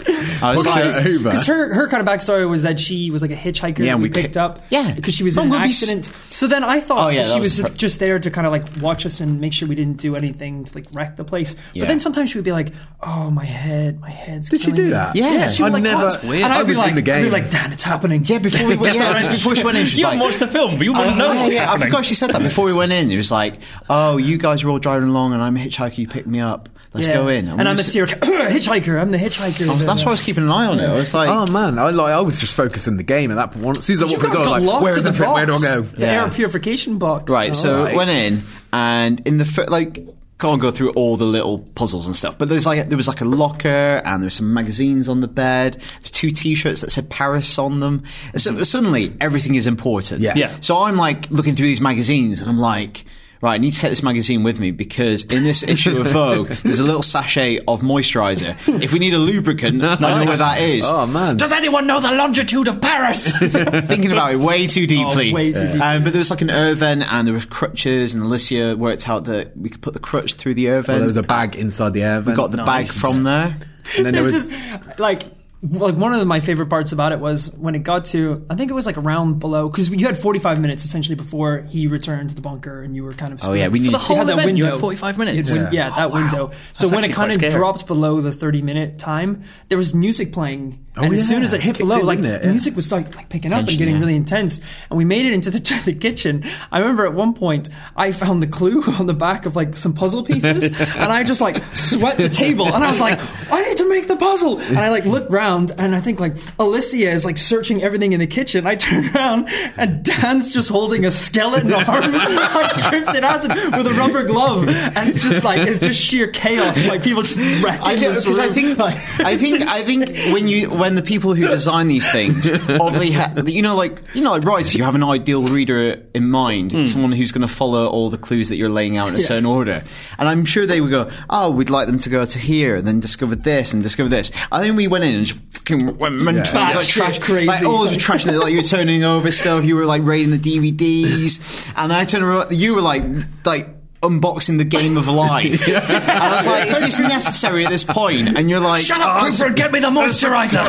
C: I was
A: Like,
C: like,
A: Uber.
D: Because her, her kind of backstory was that she was like a hitchhiker
C: Yeah,
D: that
C: and
D: we,
C: we
D: picked
C: ki-
D: up.
C: Yeah.
D: Because she was in
C: I'm
D: an
C: gonna be s-
D: accident. So then I thought
C: Oh, yeah,
D: that she
C: that
D: was,
C: was
D: ju- just there to kind of like watch us and make sure we didn't do anything to like wreck the place.
C: Yeah.
D: But then sometimes she would be like, oh, my head, my head's
A: Did she
D: killing
A: do
D: me."
A: that?
C: Yeah.
D: Yeah, she would
A: I
D: like,
A: never-
D: "That's weird." And
A: I
D: I'd be
A: was in
D: like,
A: the
D: I'd be
A: game.
D: like, Dan, it's happening.
C: yeah, before we went, yeah, just before she went in, she was
B: You
C: like,
B: haven't watched the film. You
C: I,
B: wouldn't know
C: yeah,
B: what's
C: Oh, yeah, I
B: happening.
C: forgot she said that before we went in. It was like, "Oh, you guys were all driving along, and I'm a hitchhiker. You picked me up. Let's
D: Yeah.
C: go in."
D: And, I'm a
C: we just-
D: serial hitchhiker. I'm the hitchhiker. uh,
C: I was- Oh, That's why I was keeping an eye on it. I was like,
A: Oh man, I like I was just focused in the game at that point. As soon as I
D: You
A: walked the
D: guys
A: door,
D: got
A: I'm like
D: locked
A: where
D: to
A: is
D: the
A: the print? Where do I
D: box.
A: go?
D: The
C: Yeah.
D: air purification box.
C: Right, so
A: Alright.
C: I went in, and in the fir- like, can't go through all the little puzzles and stuff, but there's like there was like a locker, and there were some magazines on the bed, there's two T-shirts that said Paris on them. And so suddenly everything is important.
A: Yeah.
B: Yeah.
C: So I'm like looking through these magazines, and I'm like. Right, I need to take this magazine with me because in this issue of Vogue, there's a little sachet of moisturizer. If we need a lubricant, I know where that is.
A: Oh man,
B: Does anyone know the longitude of Paris?
C: thinking about it way too deeply.
D: Oh, way too deeply.
C: Um, but there was like an Irvin and there was crutches, and Alicia worked out that we could put the crutch through the Irvin.
A: there was a bag inside the air.
C: we got the bag from there.
A: and then there was
D: This is like like one of my favorite parts about it was when it got to I think it was like around below because you had 45 minutes essentially before he returned to the bunker and you were kind of
C: Oh, yeah, we
D: screwed. So
C: needed-
D: you
B: whole
D: had that
B: event, you
D: window
B: had 45 minutes.
D: It's- yeah,
B: Yeah.
D: that window so
B: That's
D: when it
B: actually quite
D: kind of
B: scary.
D: dropped below the 30 minute time there was music playing and as
A: Oh, yeah.
D: soon as it hit
A: Kicked
D: below
A: in,
D: like
A: didn't it?
D: the
A: Yeah.
D: music was like, like picking up and
C: Tension,
D: getting
C: yeah.
D: really intense and we made it into the, to the kitchen I remember at one point I found the clue on the back of like some puzzle pieces and I just like sweat the table and I was like I need to make the puzzle and I like look round and I think like Alicia is like searching everything in the kitchen I turn around and Dan's just holding a skeleton arm like drifted acid with a rubber glove and it's just like it's just sheer chaos like people just wrecking
C: I think,
D: this
C: 'cause I
D: room.
C: think, I think, I think when you when the people who design these things, obviously, ha- you know, like you know, like writers, you have an ideal reader in mind,
D: Hmm.
C: someone who's going to follow all the clues that you're laying out in a certain order. And I'm sure they would go, "Oh, we'd like them to go to here, and then discover this, and discover this." I think we went in and just fucking went mental,
D: Batshit
C: like oh, trash,
D: crazy.
C: like all the trash, that, like you were turning over stuff, you were like raiding the DVDs, and then I turned around, you were like, like unboxing the game of life. And I was like, is this necessary at this point? And you're like,
B: Shut up,
C: "Oh,
B: Cooper, and get me the moisturizer.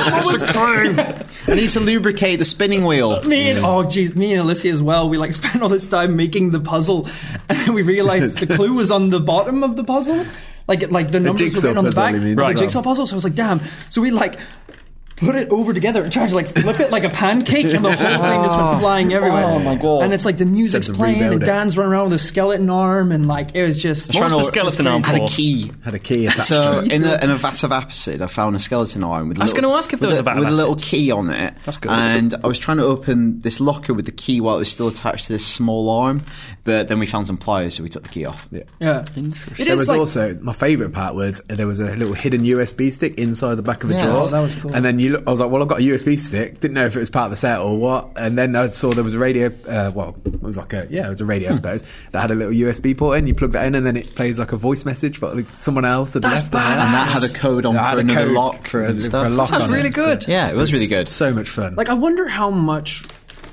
C: I need to lubricate the spinning wheel.
D: Me and oh geez, me and Alicia as well. We like spent all this time making the puzzle, and then we realized the clue was on the bottom of the puzzle, like like the numbers were
A: jigsaw
D: written on the
A: puzzle,
D: back,
A: you mean.
D: of
A: Right.
D: the jigsaw puzzle. So I was like, damn. So we like put it over together and tried to like flip it like a pancake, and the whole thing just went flying everywhere.
B: Oh, my God.
D: And it's like the music's
A: Had to
D: playing,
A: rebuild
D: and
A: it.
D: Dan's running around with a skeleton arm, and like it was just
B: What was the
C: Trying to-
B: skeleton arm
C: Had a
B: for?
C: key.
A: had a key attached. to
C: So
A: it.
C: in a, in a vat of acid, I found a skeleton arm with. I
B: was gonna ask if there was a vat of
C: with a little
B: acid.
C: key on it.
B: That's good.
C: And I was trying to open this locker with the key while it was still attached to this small arm, but then we found some pliers, so we took the key off. Yeah.
D: yeah. It
A: There
D: is
A: was
D: like
A: also my favourite part was uh, there was a little hidden USB stick inside the back of a
C: Yeah.
A: drawer.
C: Oh,
D: that was cool.
A: And then you look, I was like, well, I've got a USB stick. Didn't know if it was part of the set or what. And then I saw there was a radio. Uh, well, it was like a yeah, it was a
D: Hmm.
A: radio, I suppose. That had a little USB port in. You plug that in, and then it plays like a voice message, but like, someone else had
B: That's
A: left it.
B: badass.
C: And that had a code on
A: That
C: for
A: had a
C: another
A: code
C: lock
A: for a,
C: and
A: for
C: stuff.
A: a lock
B: Sounds
A: on it.
B: really
A: So-
B: good.
C: Yeah, it was really good.
A: So much fun.
D: Like, I wonder how much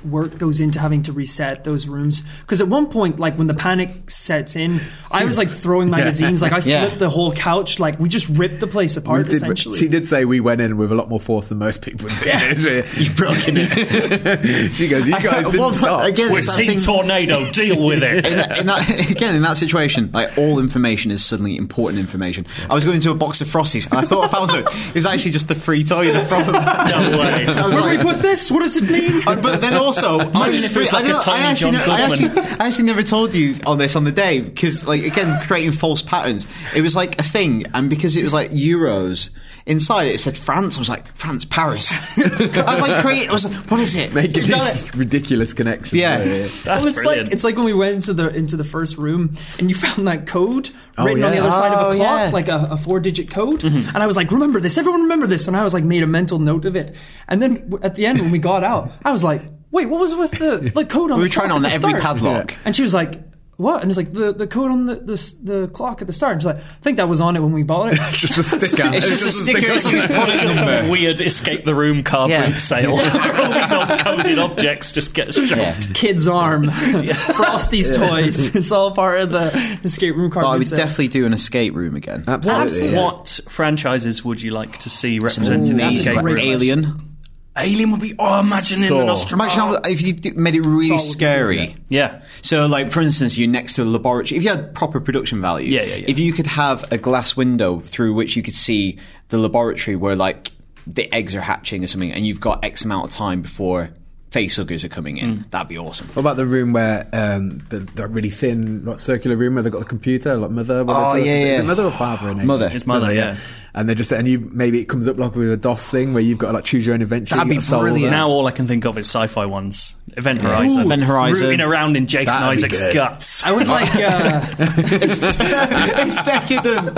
D: work goes into having to reset those rooms. Because at one point, like when the panic sets in, I was like throwing magazines. Like I
C: Yeah.
D: flipped the whole couch. Like we just ripped the place
A: We
D: apart.
A: did-
D: essentially,
A: she did say we went in with a lot more force than most people did. You've broken it. she goes, "You guys didn't
C: Well,
A: stop."
C: again,
B: We're
C: it's that
B: seeing
C: thing-
B: tornado. Deal with
C: in
B: it.
C: that, in that, again, in that situation, like all information is suddenly important information. I was going into a box of Frosties, and I thought I found something. It was actually just the free toy in the front.
B: No way.
C: I was
D: Where
C: like-
D: do we put this? What does it mean?
C: Uh, but then also, I was
B: if it was
C: free- I
B: like a
C: don't- I
B: tiny
C: actually
B: John
C: ne- I
B: Goodman.
C: actually- I actually never told you on this on the day because, like, again, creating false patterns. It was like a thing, and because it was like euros inside, it said France. I was like France, Paris. I was like, create. I was like, what is it?
A: Making
D: done
A: these ridiculous connections.
C: Yeah.
B: That's
D: well, it's
B: brilliant.
D: like it's like when we went into the into the first room and you found that code
A: Oh,
D: written on the
A: yeah.
D: other side of a
C: Oh,
D: clock,
C: yeah.
D: like a, a four digit code. And I was like, remember this, everyone remember this. And I was like, made a mental note of it. And then w- at the end when we got out, I was like, wait, what was with the like code on?
C: We
D: the
C: were trying
D: clock
C: on
D: at the
C: every
D: start?
C: padlock.
D: And she was like. what? And it's like the, the code on the, the s- the clock at the start. And she's like, I think that was on it when we bought it.
A: It's just a sticker.
C: It's just a sticker. It's like his product
B: Just some
C: number.
B: weird escape the room card
C: Yeah.
B: sale. All these old coded objects just get shoved.
C: Yeah.
D: Kid's arm, Frosty's toys. It's all part of the escape room card.
C: But I would
D: sale.
C: definitely do an escape room again.
A: Absolutely. yeah.
B: What franchises would you like to see represented in the
C: Amazing.
B: escape
C: Like
B: room?
C: Alien.
B: Alien would be. Oh, imagine in an
A: Saw.
B: Australian.
C: Imagine how, if you d- made it really
D: Solid.
C: scary.
B: Yeah.
C: So, like for instance, you're next to a laboratory. If you had proper production value,
B: Yeah, yeah, yeah.
C: if you could have a glass window through which you could see the laboratory where like the eggs are hatching or something, and you've got X amount of time before facehuggers are coming in,
B: Mm.
C: that'd be awesome.
A: What about the room where um, the, the really thin, like, circular room where they've got the computer, like mother? what
C: Oh,
A: it's-
C: yeah,
A: is, it- is it
C: yeah.
A: mother or father? In it?
C: Mother.
B: It's mother, yeah.
A: And they just and you maybe it comes up like with a DOS thing where you've got to like choose your own adventure.
C: That'd
A: you
C: be
A: gotta solve
C: brilliant.
A: it.
B: Now all I can think of is sci-fi ones. Event Horizon.
C: Event Horizon.
B: Rooting around in Jason
A: That'd be
B: Isaac's
A: good.
B: guts.
D: I would like uh,
C: it's decadent.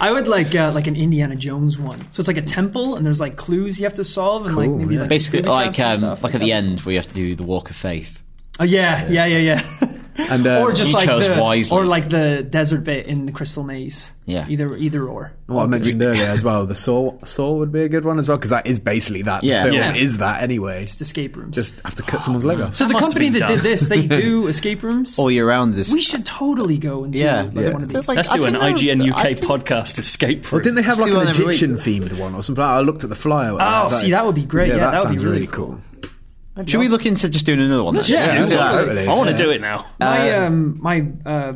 D: I would like uh, like an Indiana Jones one. So it's like a temple, and there's like clues you have to solve, and like
A: Cool,
D: maybe
A: yeah.
D: like
C: Basically,
D: booby
C: like
D: traps and
C: um,
D: stuff
C: like at the
D: that.
C: end where you have to do the walk of faith.
D: Oh yeah, yeah, yeah, yeah.
A: And, uh,
D: or just
C: you
D: like
C: chose
D: the,
C: wisely.
D: or like the desert bit in the Crystal Maze.
C: Yeah.
D: either either or.
A: What I mentioned earlier as well, the Saw Saw would be a good one as well because that is basically that. The
C: Yeah. Oh,
A: film
D: Yeah.
A: is that anyway.
D: Just escape rooms.
A: Just have to cut someone's leg off.
D: so the
B: Must have
D: company
B: been
D: that
B: done.
D: did this, they do escape rooms.
C: All year round, this
D: we should totally go and do
C: Oh, Yeah,
D: like
C: yeah.
D: one of these.
C: Like,
B: Let's
C: I
B: do an
C: think that-
B: IGN UK
C: I think-
B: podcast escape room.
A: Well, didn't they have
C: Just
A: like
C: do
A: an
C: one every week.
A: Egyptian themed one or something? I looked at the flyer.
D: Oh, see, that would be great. Yeah,
A: that,
D: that would be
A: sounds
D: really
A: really cool.
D: That'd be
C: should we
D: awesome.
C: look into just doing another one? then?
B: Just
A: Yeah,
B: do
A: yeah,
B: one.
A: totally,
B: I want to
A: yeah.
B: do it now.
D: My um, my uh,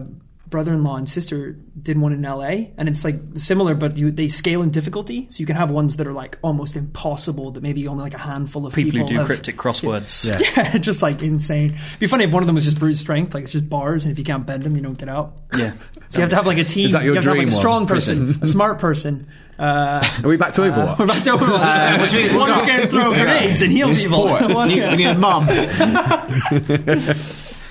D: brother-in-law and sister did one in LA, and it's like similar, but you, they scale in difficulty. So you can have ones that are like almost impossible, that maybe only like a handful of people,
B: People who do
D: have-
B: cryptic crosswords.
A: Yeah.
D: Yeah, just like insane. It'd be funny if one of them was just brute strength, like it's just bars, and if you can't bend them, you don't get out.
B: Yeah.
D: So you have to have like a team.
A: Is that your
D: you have to have
A: dream
D: like a
A: one?
D: strong person, a smart person. Uh,
A: Are we back to Overwatch?
D: we're about to
C: Uh, what do you mean?
D: one who
C: We've
D: can
C: got-
D: throw grenades and heal
C: Who's
D: people.
C: poor?
D: One-
C: we, need, we need a mum.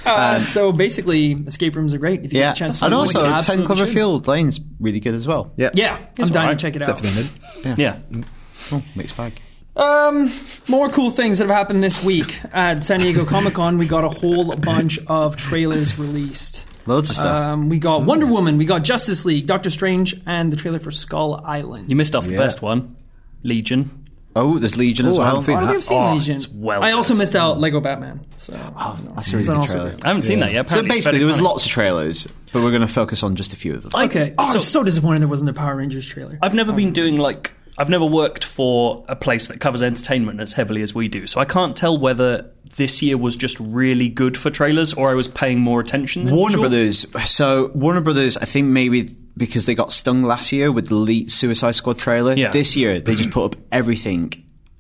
D: Uh, so basically, escape rooms are great if you
C: Yeah,
D: get a chance. to
C: and
D: do what
C: also
D: you
C: Ten
D: absolutely should.
C: Cloverfield Lane's really good as well.
A: yeah.
D: Yeah, I'm dying
B: alright.
D: to check it
A: Except
D: out.
A: for the mid.
B: Yeah.
C: Oh, mixed bag.
D: Um, more cool things that have happened this week at San Diego Comic Con. We got a whole bunch of trailers released.
C: Loads of stuff.
D: Um, we got Wonder Woman, we got Justice League, Doctor Strange, and the trailer for Skull Island.
B: You missed off the
A: Yeah.
B: best one. Legion.
C: oh, there's Legion as
A: Oh, I
C: well.
A: haven't seen
D: I don't think
A: that.
D: I've seen
B: Oh,
D: Legion.
B: it's well
D: I also
B: good.
D: missed out Lego Batman. So
C: That's a really
D: So
C: good
D: also
C: trailer.
D: good.
B: I haven't seen that yet.
C: So
B: Apparently it's
C: basically,
B: very
C: there was
B: funny.
C: lots of trailers, but we're going to focus on just a few of them.
D: okay. Oh,
B: so-
D: I'm so disappointed there wasn't a Power Rangers trailer.
B: I've never been doing like I've never worked for a place that covers entertainment as heavily as we do, so I can't tell whether this year was just really good for trailers or I was paying more attention. Than
C: Warner
B: usual.
C: Brothers. So Warner Brothers, I think maybe because they got stung last year with the lead Suicide Squad trailer.
B: Yeah.
C: This year they just put up everything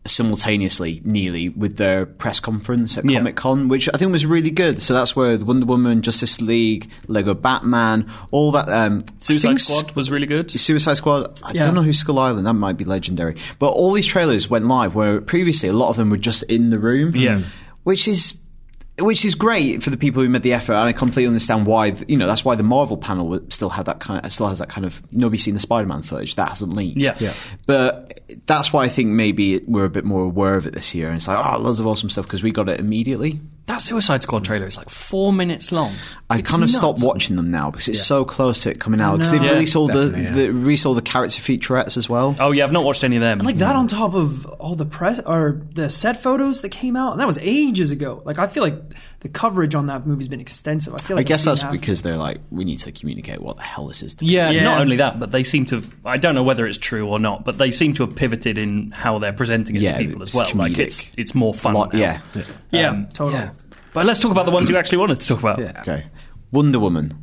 C: simultaneously, nearly with their press conference at
B: Yeah.
C: Comic Con, which I think was really good. So that's where the Wonder Woman, Justice League, Lego Batman, all that. Um,
B: Suicide
C: things-
B: Squad was really good.
C: Suicide Squad. I don't know who Skull Island. That might be legendary. But all these trailers went live, where previously a lot of them were just in the room.
B: Yeah.
C: which is. Which is great for the people who made the effort, and I completely understand why. th- You know, that's why the Marvel panel would- still had that kind. Of, still has that kind of nobody's seen the Spider-Man footage that hasn't leaked.
B: Yeah. Yeah.
C: But that's why I think maybe we're a bit more aware of it this year, and it's like, oh, loads of awesome stuff because we got it immediately.
B: That Suicide Squad trailer is like four minutes long.
C: I
B: It's
C: kind of
B: nuts.
C: stopped watching them now because it's so close to it coming out. Because
D: know.
C: they've
D: Yeah,
C: released all the,
A: definitely, yeah.
C: the released all the character featurettes as well.
B: Oh yeah, I've not watched any of them.
D: like that on top of all the press or the set photos that came out, and that was ages ago. Like I feel like the coverage on that movie's been extensive. I feel
C: I
D: like I've
C: guess
D: seen
C: that's
D: half-
C: because they're like, we need to communicate what the hell this is. To
B: yeah,
D: Yeah.
B: not only that, but they seem to. I don't know whether it's true or not, but they seem to have pivoted in how they're presenting it
C: Yeah,
B: to people as
C: it's
B: well. Like
C: comedic.
B: it's it's more fun.
C: Lot-
B: now. Um,
C: yeah.
D: yeah, totally.
B: But let's talk about the ones you actually wanted to talk about.
A: Yeah.
C: Okay. Wonder Woman.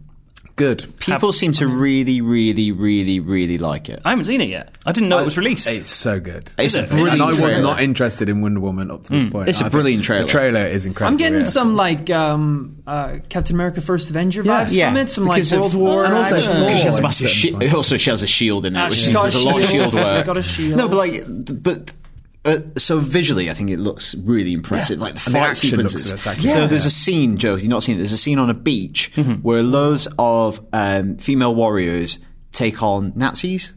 A: Good.
C: People seem to really, really, really, really like it.
B: I haven't seen it yet. I didn't know it was released.
A: It's so good.
C: It's a
B: it?
C: brilliant.
A: and I was
C: trailer.
A: not interested in Wonder Woman up to this point.
C: It's a
A: a
C: brilliant trailer.
A: The trailer is incredible.
D: Mm. I'm getting
A: yeah.
D: some like um, uh, Captain America: First Avenger
A: Yeah.
D: vibes
C: Yeah.
D: from it. Some like
C: Because of-
D: World War
A: And also
D: action.
A: Thor.
C: Because she has a
A: Oh,
C: massive
A: it's
C: shi
A: certain
C: It also, she has a shield in it.
D: Ah,
C: which
D: she's
C: means
D: got a
C: there's a lot of
D: shield.
C: shield work.
D: She's got a shield.
C: No, but like, but. Uh, so visually, I think it looks really impressive. Like the
A: the
C: fight
A: action looks
C: sequences.
A: spectacular.
C: So there's
A: Yeah.
C: a scene, Joe. If you've not seen it, there's a scene on a beach
D: Mm-hmm.
C: where loads of um, female warriors take on Nazis.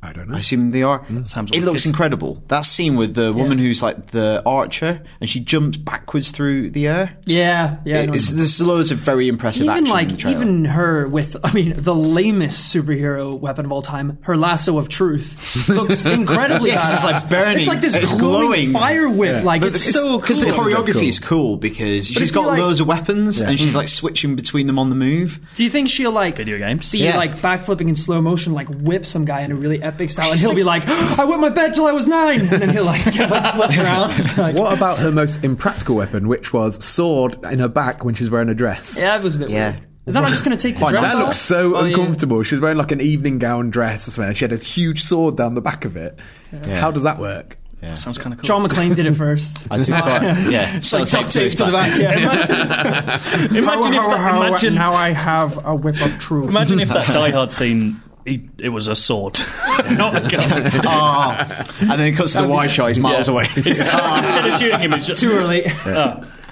A: I don't
C: I
A: know.
C: assume they are.
D: Mm,
B: Sounds
C: It
B: wicked.
C: looks incredible. That scene with the woman who's like the archer and she jumps backwards through the air.
D: Yeah, yeah. no,
C: It's, there's loads of very impressive
D: even
C: action. in the
D: like
C: trailer.
D: even her with I mean the lamest superhero weapon of all time, her lasso of truth looks incredibly.
C: Yeah, 'cause it's
D: badass.
C: like burning.
D: It's like this
C: It's
D: glowing,
C: glowing.
D: fire whip. Like it's, so
C: because
D: cool.
C: the choreography
A: cool?
C: is cool because she's
D: if you
C: got
D: like- Mm.
C: loads of weapons
A: Yeah.
C: and she's like switching between them on the move.
D: Do you think she'll like
B: Video games.
D: Be
C: Yeah.
D: like backflipping in slow motion, like whip some guy in a really epic style, and he'll be like, "Oh, "I whipped my bed till I was nine. and then he'll like, like flip around. It's like-
A: What about her most impractical weapon, which was sword in her back when she's wearing a dress?
D: Yeah, it was a bit.
C: Yeah.
D: Weird. Is that not just going to take the
C: Why not?
D: dress
A: That
D: off?
A: looks so
D: Oh, yeah.
A: uncomfortable. She was wearing like an evening gown dress or something. She had a huge sword down the back of it. How does that work?
B: Sounds kind of cool.
D: John McClane did it first.
C: I see quite, yeah, so
D: Like duct tape to the back. Yeah.
B: Imagine if that, imagine,
E: now I have a whip of truth.
B: imagine if that Die Hard scene, he, it was a sword, not a gun.
C: Ah, and then it cuts to the wide shot. He's miles away.
B: It's- Instead of shooting him, it's just uh,
D: Too early.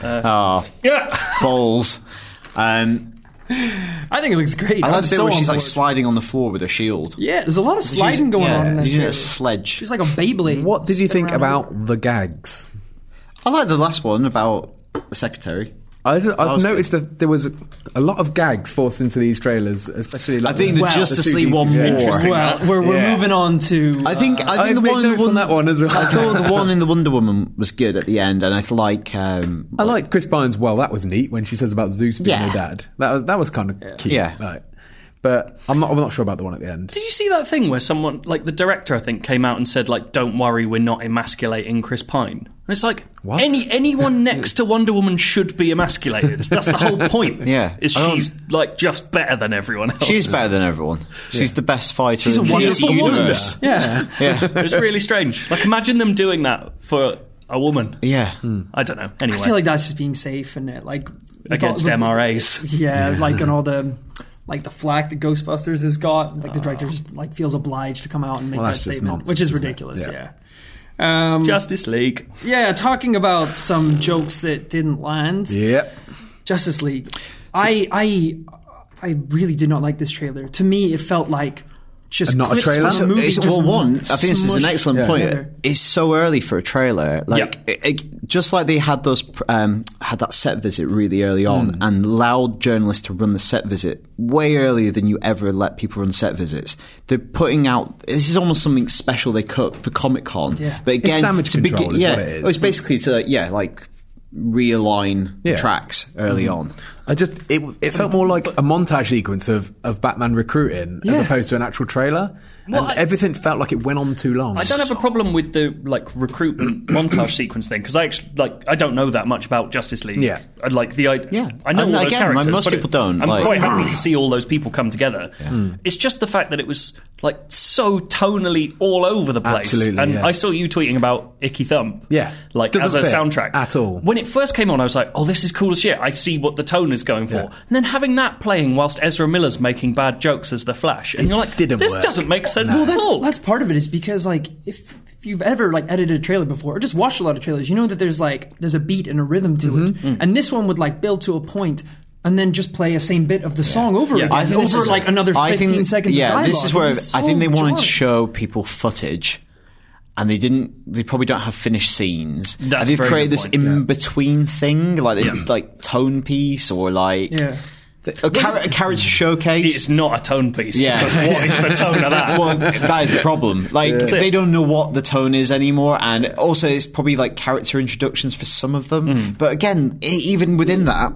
C: Ah,
B: Yeah.
C: balls. Um,
D: I think it looks great.
C: I
D: I'm
C: like the bit
D: so
C: where
D: on
C: she's like
D: board.
C: sliding on the floor with her shield.
D: Yeah, there's a lot of sliding going
C: Yeah,
D: on in that.
C: using
D: trailer.
C: a sledge.
D: She's like a Beyblade.
A: What did you
D: spinning
A: think
D: around.
A: about the gags?
C: I like the last one about the secretary.
A: I just, I've
C: was
A: noticed that there was a, a lot of gags forced into these trailers, especially. Like
C: I think the
A: Well,
C: Justice
A: two
C: League
A: DC
C: one
A: games.
C: more. Interesting.
D: Well, we're, we're
A: Yeah.
D: moving on to.
C: I think I
A: Uh, I've
C: think the
A: made
C: one,
A: notes on that one as well.
C: I thought the one in the Wonder Woman was good at the end, and I like. Um,
A: I like Chris Bynes. Well, that was neat when she says about Zeus being
C: Yeah.
A: her dad. That that was kind of cute.
C: Yeah.
A: Like, but I'm not. I'm not sure about the one at the end.
B: Did you see that thing where someone, like the director, I think, came out and said, like, "Don't worry, we're not emasculating Chris Pine." And it's like,
A: What?
B: any anyone next to Wonder Woman should be emasculated. That's the whole point.
C: Yeah.
B: is
C: I don't-
B: she's like just better than everyone else.
C: she's better than everyone. She's the best fighter in the
D: wonderful
C: DC universe.
D: Yeah.
C: Yeah,
B: It's really strange. Like, imagine them doing that for a woman.
C: yeah.
A: Hmm.
B: I don't know. Anyway,
D: I feel like that's just being safe and uh, like
B: against
D: the-
B: MRAs.
D: Yeah, like and all the like the flack that Ghostbusters has got. Like the director just like feels obliged to come out and make
A: Well,
D: that
A: that's just
D: statement,
A: nonsense,
D: which is
A: isn't it?
D: ridiculous.
A: Yeah.
D: Yeah. Um,
B: Justice League.
D: yeah, talking about some jokes that didn't land.
A: Yep.
D: Justice League. I I I really did not like this trailer. To me, it felt like just
A: Not a
D: clips from
A: trailer?
D: the
A: So
D: movie
C: It's
D: just
C: well, one. I think this is an
D: smushed
C: excellent point.
D: together.
C: It's so early for a trailer. Like,
B: Yeah.
C: it, it- just like they had those pr- um, had that set visit really early on,
A: Mm.
C: and allowed journalists to run the set visit way earlier than you ever let people run set visits. They're putting out this is almost something special they cut for Comic Con.
D: Yeah.
C: But again,
A: damage
C: to
A: control is
C: yeah,
A: what it is.
C: it's basically to yeah, like realign the
A: Yeah. Mm-hmm.
C: tracks early on.
A: I just it it felt more like a montage sequence of, of Batman recruiting as
D: Yeah.
A: opposed to an actual trailer.
B: Well,
A: and
B: I-
A: everything felt like it went on too long.
B: I don't have a problem with the like recruitment montage sequence thing because I actually like I don't know that much about Justice League.
A: Yeah.
B: I like the I,
C: Yeah.
B: I know all
C: And again,
B: those characters.
C: most
B: but
C: people don't,
B: I'm
C: like-
B: quite happy to see all those people come together.
D: Hmm.
B: It's just the fact that it was like so tonally all over the place.
A: Absolutely,
B: and
A: yeah.
B: I saw you tweeting about Icky Thumb.
A: Yeah.
B: like
A: Doesn't
B: as a
A: fit
B: soundtrack
A: at all.
B: When it first came on, I was like, "Oh, this is cool as shit." I see what the tone is going for.
A: Yeah.
B: And then having that playing whilst Ezra Miller's making bad jokes as the Flash, and you're like,
A: didn't
B: "This
A: work.
B: doesn't make sense
D: Well,
B: at
D: that's
B: all."
D: that's part of it is because like if, if you've ever like edited a trailer before or just watched a lot of trailers, you know that there's like there's a beat and a rhythm to it,
C: Mm-hmm. Mm.
D: and this one would like build to a point And then just play a same bit of the song over again,
C: this
D: over
C: is-
D: like another
C: I
D: fifteen
C: think-
D: seconds.
C: Yeah,
D: of dialogue.
C: this is where
D: It was
C: I think
D: so
C: they wanted to
D: jarring.
C: show people footage, and they didn't. They probably don't have finished scenes.
B: That's
C: and they've
B: very
C: created
B: good
C: this
B: point, yeah.
C: in between thing, like this like tone piece or like
D: Yeah.
C: a, char- a character showcase.
B: it's not a tone piece.
C: Yeah.
B: Because what is the tone of that?
C: well, that is the problem. Like
B: it.
C: they don't know what the tone is anymore, and also it's probably like character introductions for some of them.
B: Mm.
C: But again, e- even within that,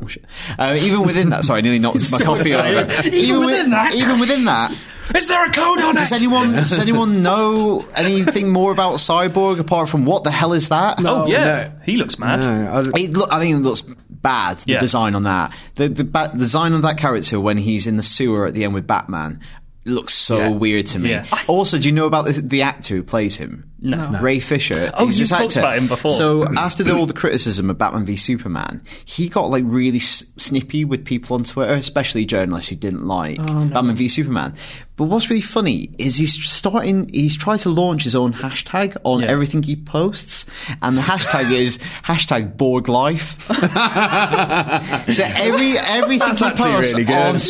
C: uh, even within that, sorry, I nearly knocked my coffee over.
D: excited. Even
C: wi-
D: within that.
C: even within that,
B: is there a code on
C: does
B: it?
C: anyone does anyone know anything more about Cyborg apart from what the hell is that?
B: oh yeah,
A: no.
B: he looks mad.
A: No, I-
C: It look, I think it looks bad. The
B: Yeah.
C: design on that, the the ba- design on that character when he's in the sewer at the end with Batman, looks so
A: Yeah.
C: weird to me.
B: Yeah.
C: Also, do you know about the, the actor who plays him?
B: No.
C: Ray Fisher.
B: Oh,
C: is
B: you've
C: this
B: talked
C: actor.
B: about him before.
C: So
A: Mm-hmm.
C: after the, all the criticism of Batman v Superman, he got like really s- snippy with people on Twitter, especially journalists who didn't like
A: Oh,
C: Batman v Superman. But what's really funny is he's starting. He's tried to launch his own hashtag on everything he posts, and the hashtag is hashtag Borg Life. so every everything
A: That's
C: he
A: actually
C: posts
A: really good.
C: on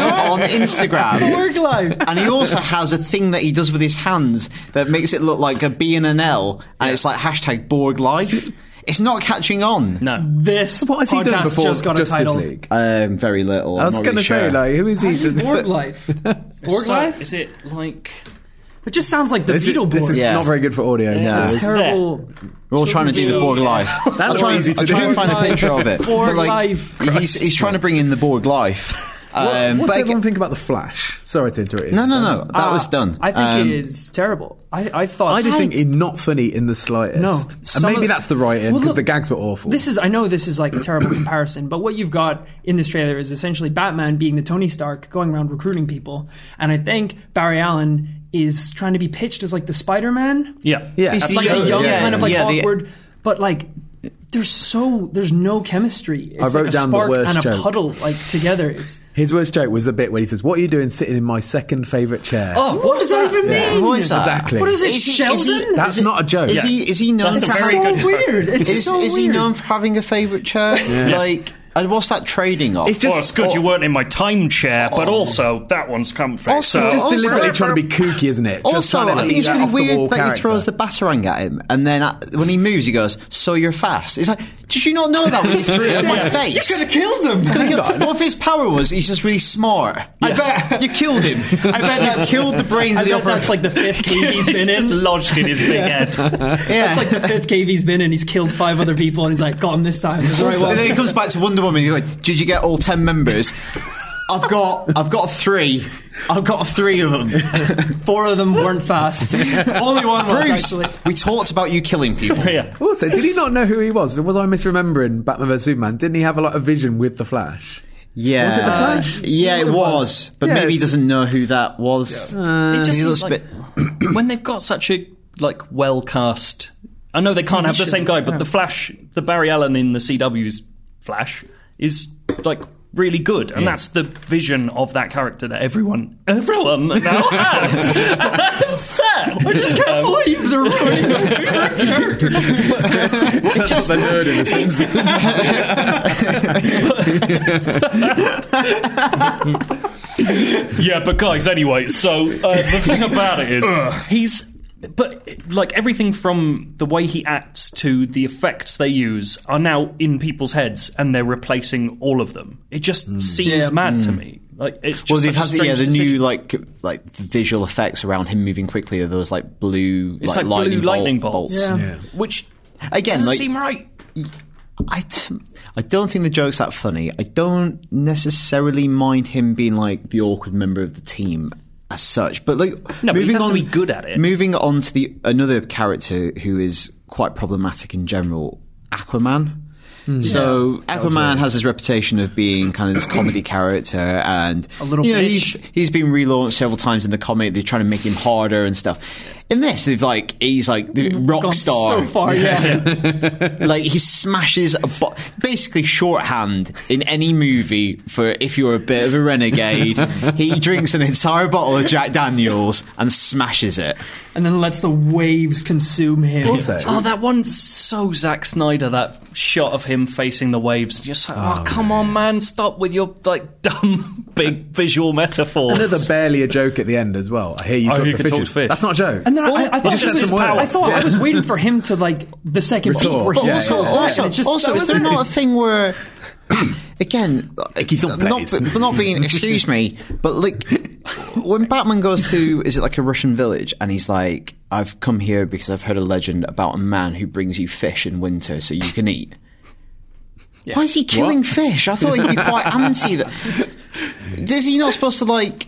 C: Twitter, on Instagram,
D: Work life.
C: and he also has a thing that he does with his hands that makes it look like a B and an L, and it's like hashtag Borg life. It's not catching on.
B: No.
D: This
A: What has he done
D: podcast
A: before
D: just got
A: Justice
D: a title.
A: League?
C: Um, very little.
A: I was going to say, like, who is he? to-
D: Borg life. Borg
B: So,
D: life?
B: Is it like.
D: It just sounds like the
A: This is-
D: Beetleborgs.
A: This is
C: Yeah.
A: not very good for audio.
C: Yeah.
A: It's-
B: It's
D: terrible.
C: we're all trying to do the Borg life. I'll try,
A: easy to
C: I'll try
A: do.
C: and find a picture of it.
D: Borg
C: But, like,
D: life.
C: He's, he's trying to bring in the Borg life.
A: What,
C: Um,
A: what did
C: but
A: Ah,
C: I-
A: everyone think about the Flash? Sorry to interrupt you.
C: no, no, no. That
D: Uh,
C: was done.
D: I think
C: Um,
D: it is terrible. I, I thought.
A: I did think it not funny in the slightest.
D: No.
A: and
D: Some
A: maybe
D: of-
A: that's the right end
D: Well,
A: because
D: look,
A: the gags were awful.
D: This is I know this is like a terrible comparison, but what you've got in this trailer is essentially Batman being the Tony Stark going around recruiting people, and I think Barry Allen is trying to be pitched as like the Spider Man.
B: Yeah.
A: Yeah.
D: he's like
A: absolutely.
D: a young
A: Yeah,
D: kind of like
C: yeah, the-
D: awkward, but like. There's so there's no chemistry. It's
A: I wrote
D: like a
A: down the
D: spark
A: worst
D: and a
A: joke.
D: puddle like together. It's
A: His worst joke was the bit where he says, "What are you doing sitting in my second favorite chair?"
B: Oh,
D: what does that even
A: Yeah.
D: mean?
C: What is that?
A: Exactly.
D: What is it, Sheldon?
A: That's
C: it-
A: not a joke.
C: Is
A: Yeah.
C: he? Is he known?
B: That's a
C: for
B: very
C: having-
B: good
D: so weird. It's
C: Is,
D: so
C: is he
D: weird.
C: known for having a favorite chair? Like, and what's that trading off?
A: It's just
B: well, it's good you weren't in my time chair, but also that one's comfy. so
C: Also,
B: oh,
A: He's just
C: Also-
A: deliberately trying to be kooky, isn't it? just
C: Also,
A: trying to
C: I think it's
A: be
C: really
A: off the wall
C: weird that he
A: character.
C: throws the batarang at him, and then uh when he moves, he goes, "So you're fast." It's like, did you not know that when you threw it at my face? You could have killed him. What if his power was he's just really smart? I bet you killed him. I bet you killed the brains
D: I
C: of the
D: bet
C: opera.
D: that's like the fifth cave he's been
B: just
D: in.
B: lodged in his big head.
C: yeah.
D: That's like the fifth cave he's been in. He's killed five other people, and he's like, "Got him this time." It's the right one.
C: and then it comes back to Wonder Woman. He's like, "Did you get all ten members?" I've got, I've got three. I've got three of them.
D: Four of them weren't fast. Only one was
C: Bruce,
D: actually.
C: we talked about you killing people.
B: yeah.
A: Also, did he not know who he was? Was I misremembering Batman vs Superman? Didn't he have a lot of vision with the Flash?
C: Yeah. Uh,
A: Was it The Flash?
C: Yeah, it was. But
A: Yeah,
C: maybe he
A: it's-
C: doesn't know who that was.
B: It just
C: Uh, he looks
B: seems
C: a
B: like, when they've got such a like well cast. I know they can't have the same guy, but the Flash, the Barry Allen in the CW's Flash is like really good, and that's the vision of that character that everyone, everyone now has. I'm sad. I just
C: Um,
B: can't
D: Believe Oh, they're ruining my favorite character.
A: That's just, the nerd in the Sims.
B: Yeah, but guys, anyway, so uh, the thing about it is he's. But like everything from the way he acts to the effects they use are now in people's heads, and they're replacing all of them. It just seems
D: Yeah.
B: mad to me. Like it's just
C: Hmm. Well, they've
B: such a
C: had the, yeah,
B: strange
C: the
B: decision.
C: new like like visual effects around him moving quickly are those like blue
B: it's like,
C: lightning,
B: blue
C: bolt-
B: lightning
C: bolts.
B: bolts,
A: Yeah.
B: which
C: Again,
B: doesn't
C: like
B: seem right.
C: I, t- I don't think the joke's that funny. I don't necessarily mind him being like the awkward member of the team as such, but like
B: No, but he
C: moving
B: has to
C: on,
B: be good at it.
C: Moving on to the another character who is quite problematic in general, Aquaman. So Aquaman has his reputation of being kind of this comedy character, and a
D: little
C: you know,
D: bitch.
C: he's he's been relaunched several times in the comic. They're trying to make him harder and stuff. In this, they've like he's like the rock
D: Gone
C: star
D: so far, yeah.
C: like he smashes a bo- basically shorthand in any movie for if you're a bit of a renegade. he drinks an entire bottle of Jack Daniels and smashes it.
D: and then lets the waves consume him.
A: Also,
B: Oh, that one's so Zack Snyder. That shot of him facing the waves. Just like, oh, come on, man, stop with your like dumb big visual metaphors.
A: another barely a joke at the end as well. I hear you
B: Oh,
A: talk
B: he
A: to
B: can talk
A: fishes.
B: to fish.
A: That's not a joke.
D: And then I, I, I thought,
A: just
D: this
A: said
D: was,
A: some words.
D: I, thought I was waiting for him to like the second beat
A: Retort.
D: where he
A: Yeah, yeah,
D: also goes
A: yeah.
D: back.
C: Also,
D: and it's just,
C: also
D: that
C: is
D: was
C: there
D: it.
C: not a thing where, again, like, not,
A: plays.
C: not being, excuse me, but like when Batman goes to, is it like a Russian village, and he's like, I've come here because I've heard a legend about a man who brings you fish in winter so you can eat. Why is he killing fish? I thought he'd be quite anti that. Is he not supposed to like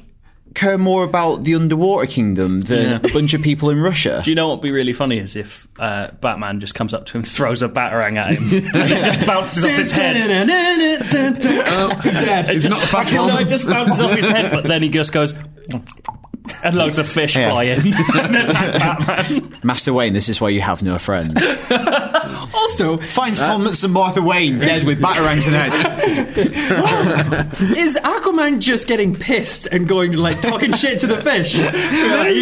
C: care more about the underwater kingdom than
B: Yeah.
C: a bunch of people in Russia?
B: Do you know what would be really funny is if uh, Batman just comes up to him, throws a batarang at him, and it just bounces off his head.
D: He's dead.
B: It
A: It's
B: just-
A: not a fast
B: No,
A: one.
B: it just bounces off his head, but then he just goes. and loads of fish
C: Yeah.
B: fly in and attack Batman.
C: Master Wayne, this is why you have no friends.
D: Also,
C: Finds Thomas and Martha Wayne dead with batarangs in head.
D: is Aquaman just getting pissed and going like talking shit to the fish? Like, you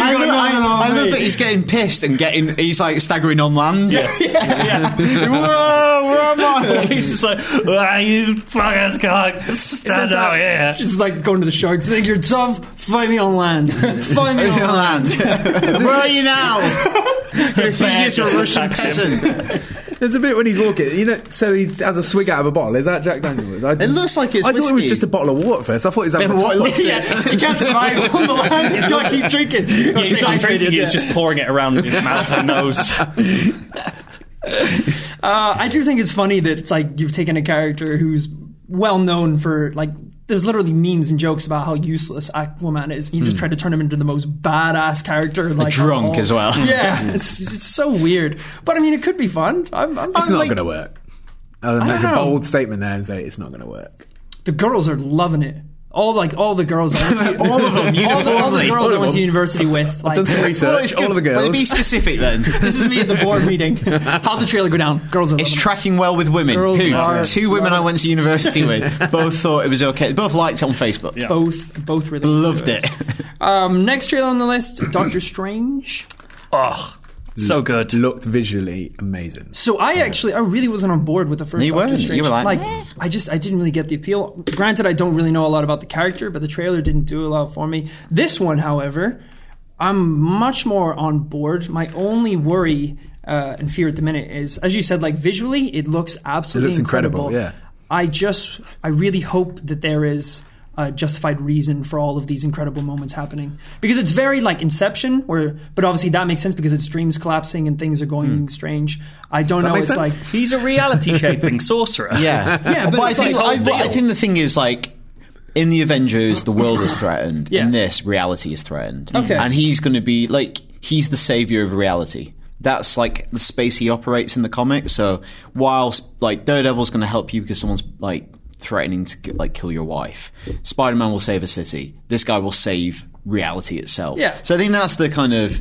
C: I,
D: go,
C: love,
D: "No,
C: I-
D: no, no,
C: I love
D: mate."
C: that he's getting pissed and getting he's like staggering on land.
D: Yeah, yeah.
C: Whoa, where am I?
B: He's just like, ah, you fuckers can't stand out here.
D: Just like going to the sharks. Think you're tough? Find me on land. Find me on
C: On
D: land.
C: land. Where are you now? Refugees
B: just
C: or Russian
B: attacks him.
C: peasant.
A: There's a bit when he's walking, you know. So he has a swig out of a bottle. Is that Jack Daniel's? I,
C: It looks like it's
A: I thought it was
C: whiskey.
A: just a bottle of water first. I thought it was having
C: Yeah,
A: a
C: what it
A: top up.
C: looks like.
D: Yeah, he can't survive on the land. He's got to keep drinking.
B: Yeah, he's not drinking; he's just pouring it around in his mouth and nose.
D: Uh, I do think it's funny that it's like you've taken a character who's well known for like. There's literally memes and jokes about how useless Aquaman is. You just try to turn him into the most badass character, like
C: Hmm. drunk
D: of all.
C: as well.
D: Yeah, it's, it's so weird. But I mean, it could be fun. I'm, I'm,
A: It's
D: I'm
A: not
D: like,
A: going to work. I'll make a
D: know.
A: bold statement there and say it's not going to work.
D: The girls are loving it. All like all the girls. I went to,
C: All of them
D: all, the, all the
C: uniformly.
D: girls I went to university with. Like,
A: Done some
C: Well,
A: research.
C: it's
A: all
C: good,
A: of the
C: But be
A: girls.
C: specific then.
D: this is me at the board meeting. How'd the trailer go down? Girls are.
C: It's
D: loving it.
C: tracking well with women.
D: Girls
C: Who?
D: are-
C: Two women I went to university with both thought it was okay. They both liked it on Facebook.
B: Yeah.
D: both both really
C: Loved it.
D: Um, next trailer on the list, Doctor Strange.
B: Oh, so good.
A: Looked visually amazing.
D: So I actually, I really wasn't on board with the first
C: You
D: Doctor
C: weren't. You
D: Strange.
C: were like, "Eh."
D: I just, I didn't really get the appeal. Granted, I don't really know a lot about the character, but the trailer didn't do a lot for me. This one, however, I'm much more on board. My only worry uh, and fear at the minute is, as you said, like visually, it looks absolutely
A: looks incredible, yeah.
D: I just, I really hope that there is a justified reason for all of these incredible moments happening because it's very like Inception, where but obviously that makes sense because it's dreams collapsing and things are going strange. I don't know.
A: make
D: It's
A: sense?
D: like
B: He's a reality shaping sorcerer.
C: Yeah,
D: Yeah, but
C: I,
D: it's
C: think,
D: like-
C: I, but I think the thing is like. In the Avengers, the world is threatened.
D: Yeah.
C: In this, reality is threatened.
D: Okay.
C: And he's going to be like he's the savior of reality. That's like the space he operates in the comic. So whilst like Daredevil's going to help you because someone's like threatening to like kill your wife, Spider Man will save a city. This guy will save reality itself.
D: Yeah.
C: So I think that's the kind of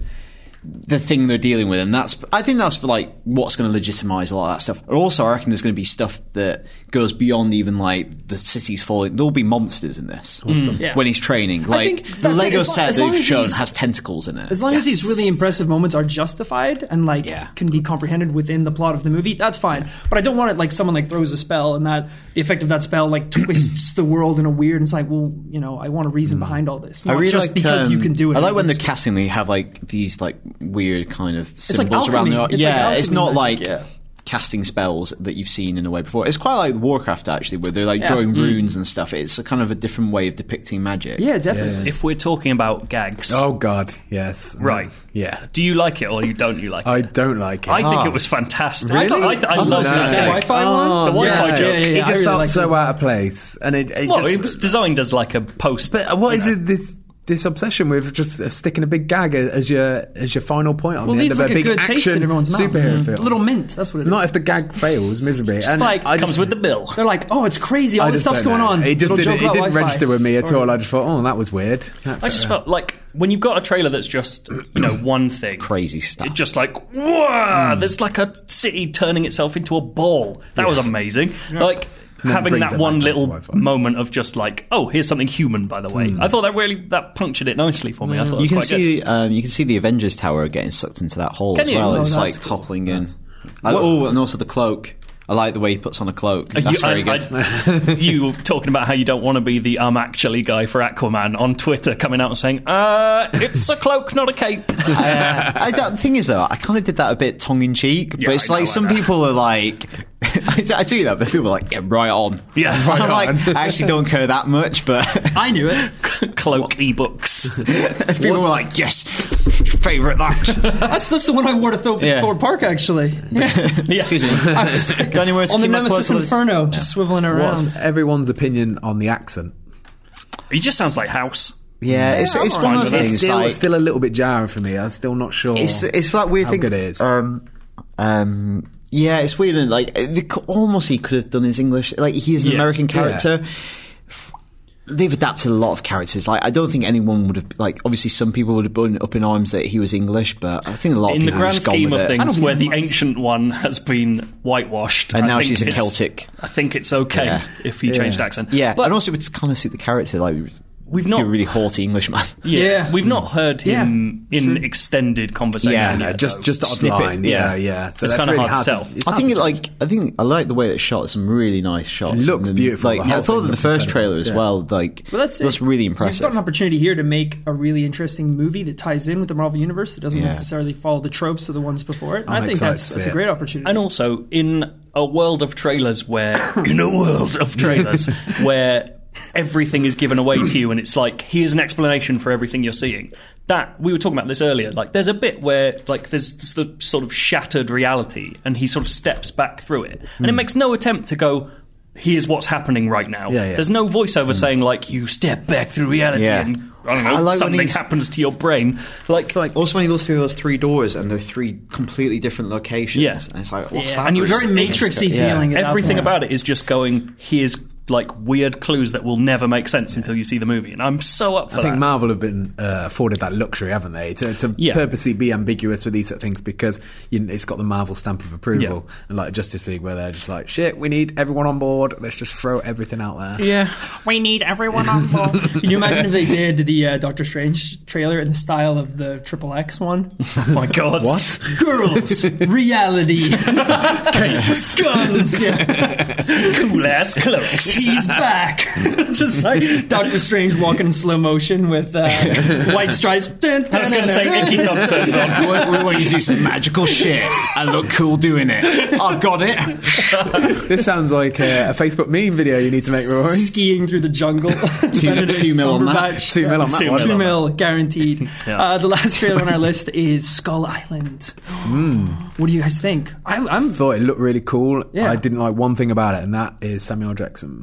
C: the thing they're dealing with, and that's I think that's like what's going to legitimize a lot of that stuff. And also, I reckon there's going to be stuff that goes beyond even like the cities falling. There'll be monsters in this
D: Mm, Yeah.
C: when he's training. Like
D: think
C: the
D: that's it.
C: Lego
D: As lo-
C: set
D: as long
C: they've
D: as
C: shown
D: he's-
C: has tentacles in it.
D: As long as these really impressive moments are justified and like
C: Yeah.
D: can be comprehended within the plot of the movie, that's fine. But I don't want it like someone like throws a spell and that the effect of that spell like twists the world in a weird. And it's like, well, you know, I want a reason behind all this, not just because
C: um,
D: you can do it.
C: I like when
D: the
C: they're casting. They have like these like weird kind of
D: like
C: symbols around the
D: alchemy. It's like
C: yeah. it's
D: alchemy
C: not
D: magic,
C: like
D: yeah.
C: casting spells that you've seen in a way before. It's quite like Warcraft actually, where they're like drawing runes and stuff. It's a kind of a different way of depicting magic.
D: yeah, definitely.
B: If we're talking about gags,
A: Oh God, yes.
B: Right.
A: Yeah.
B: do you like it or you don't? You like it?
A: I don't like it.
B: I think
C: Ah.
B: it was fantastic. I,
A: Really?
B: thought- I, th- I
C: Oh,
B: loved
C: no,
B: that
C: no.
B: gag.
C: Wi-Fi
D: one?
B: The Wi-Fi
A: yeah,
B: joke.
A: yeah, yeah,
D: It
A: it
D: just
A: just
D: really
A: felt
D: like
A: so
D: this.
A: out of place, and it, it
B: Well,
A: just.
B: it was designed as like a post.
A: but what
B: you
A: is
B: know.
A: it? This this obsession with just uh, sticking a big gag a- as your as your final point on
D: Well,
A: the end
D: leaves
A: of
D: like
A: a
D: a
A: big
D: good
A: action
D: taste in everyone's mouth. Mm-hmm.
A: superhero film.
D: A little mint. That's what it is.
A: Not if the gag fails miserably. and
D: like,
A: I just-
B: comes with the bill.
D: They're like, oh, it's crazy. All
A: I just
D: this stuff's
A: don't
D: going
A: know.
D: on.
A: It just
D: Little
A: didn't,
D: joke
A: it
D: about
A: didn't
D: Wi-Fi.
A: register with me at
D: Sorry.
A: all. I just thought, oh, that was weird. That's
B: I just felt like when you've got a trailer that's just you know one thing,
C: Crazy stuff.
B: It's just like whoa,
A: Hmm.
B: there's like a city turning itself into a ball. That was amazing. Like. Having
A: brings
B: that
A: it back down
B: one
A: to
B: little
A: Wi-Fi.
B: moment of just like, oh, here's something human. By the way,
A: Hmm.
B: I thought that really that punctured it nicely for me. I thought it
C: You
B: was
C: can
B: quite good.
C: see um, you can see the Avengers Tower getting sucked into that hole
B: Can
C: as
B: you?
C: well.
B: Oh,
C: it's
D: that's
C: like
D: cool.
C: toppling in. I- oh, and also the cloak. I like the way he puts on a cloak.
B: Uh,
C: That's very
B: I-
C: good.
B: I- you talking about how you don't want to be the um actually guy for Aquaman on Twitter coming out and saying, uh, it's a cloak, not a cape.
C: Uh, I don't- the thing is, though, I kind of did that a bit tongue in cheek,
B: Yeah,
C: but it's
B: I
C: like
B: know,
C: some
B: I know.
C: people are like, I, do- I do that, but people are like, yeah, right on.
B: Yeah.
C: I'm like, I actually don't care that much, but
D: I knew it.
B: cloak ebooks.
C: people were like, yes, favorite that.
D: That's that's the one I wore to Thor,
C: Yeah.
D: Thor Park actually.
B: Yeah.
C: Excuse me. Got anywhere to
D: on the
C: keep my
D: Nemesis
C: clothes on?
D: Inferno, just swiveling around.
A: What's everyone's opinion on the accent?
B: He just sounds like House.
C: Yeah, it's, it's one of
B: with
C: those
B: that.
C: things.
A: Still,
C: like,
A: still a little bit jarring for me. I'm still not sure.
C: It's it's that weird
A: how
C: thing.
A: good it is.
C: Um, um, yeah, it's weird. And like, it- they c- almost he could have done his English. Like, he is an
B: Yeah.
C: American character. they've adapted a lot of characters. Like I don't think anyone would have like. Obviously, some people would have been up in arms that he was English, but I think a lot of
B: in the
C: people have
B: grand
C: just Oh, gone
B: scheme
C: with
B: of
C: it.
B: things,
D: think
B: where the
D: that matters.
B: ancient one has been whitewashed,
C: And
B: I
C: now
B: think
C: she's in
B: it's-
C: Celtic.
B: I think it's okay
C: Yeah.
B: if he changed accent.
C: Yeah,
B: but
C: and also it's kind of suit the character. Like
B: we've not
C: do a really haughty Englishman.
B: yeah,
D: Yeah.
B: we've not heard him
D: Yeah, it's
B: in
D: true.
B: extended conversation.
C: Yeah, no,
A: Yeah,
B: yet,
A: just
B: though.
A: just odd
C: Snippet,
A: lines. Yeah,
C: yeah.
A: yeah. So
B: It's
A: that's
B: kinda
A: really
B: hard to tell.
A: it's
C: I
A: hard
C: think
A: to
C: it like I think I like the way that it's shot. Some really nice shots.
A: It looked
C: And
A: beautiful,
C: Like
A: the
C: yeah, I
A: whole
C: thought
A: thing
C: that the
A: looked
C: first
A: incredible.
C: trailer as
A: Yeah.
C: well. Like
D: Well, that's it.
C: was really
D: You've
C: impressive.
D: got an opportunity here to make a really interesting movie that ties in with the Marvel Universe that doesn't
C: Yeah.
D: necessarily follow the tropes of the ones before it. And
A: I'm
D: I think
A: excited
D: that's
A: to
D: that's
A: see
D: a
A: it.
D: great opportunity.
B: and also in a world of trailers where in a world of trailers where everything is given away to you and it's like here's an explanation for everything you're seeing that we were talking about this earlier like there's a bit where like there's this- the sort of shattered reality and he sort of steps back through it and it makes no attempt to go here's what's happening right now
A: Yeah, yeah.
B: there's no voiceover saying like you step back through reality
C: Yeah.
B: and I don't know
C: I like when
B: something
C: he's-
B: happens to your brain like,
C: like also when he goes through those three doors and they're three completely different locations.
B: Yeah.
C: and it's like what's
D: Yeah,
C: that?
B: and you're
C: really?
B: very
D: Matrixy
C: Yeah.
D: feeling. at that
B: everything
D: point.
B: about it is just going here's like weird clues that will never make sense until you see the movie and i'm so up for
A: I think
B: that
A: Marvel have been uh, afforded that luxury, haven't they, to, to
B: Yeah.
A: purposely be ambiguous with these sort of things because you know, it's got the Marvel stamp of approval,
B: Yeah.
A: and like Justice League, where they're just like, "Shit, we need everyone on board. Let's just throw everything out there."
B: yeah
F: We need everyone on board.
D: Can you imagine if they did the uh, Doctor Strange trailer in the style of the Triple X one? Oh my god!
A: What?
D: Girls, reality, capes, guns. Yeah.
B: cool ass cloaks
D: He's back. Just like Doctor Strange walking in slow motion with uh, white stripes. Dun,
B: i was going to say icky Tom turns on
C: we, want- we want you to do some magical shit and look cool doing it. I've got it.
A: this sounds like uh, a Facebook meme video you need to make, Rory.
D: skiing through the jungle. Benedict
C: two mil on that.
D: Cumberbatch.
A: Two mil on that
D: Two
A: one.
D: mil, guaranteed.
B: Yeah.
D: uh, the last trailer on our list is Skull Island.
A: Hmm.
D: What do you guys think? I, I'm
A: Thought it looked really cool.
D: Yeah.
A: I didn't like one thing about it, and that is Samuel Jackson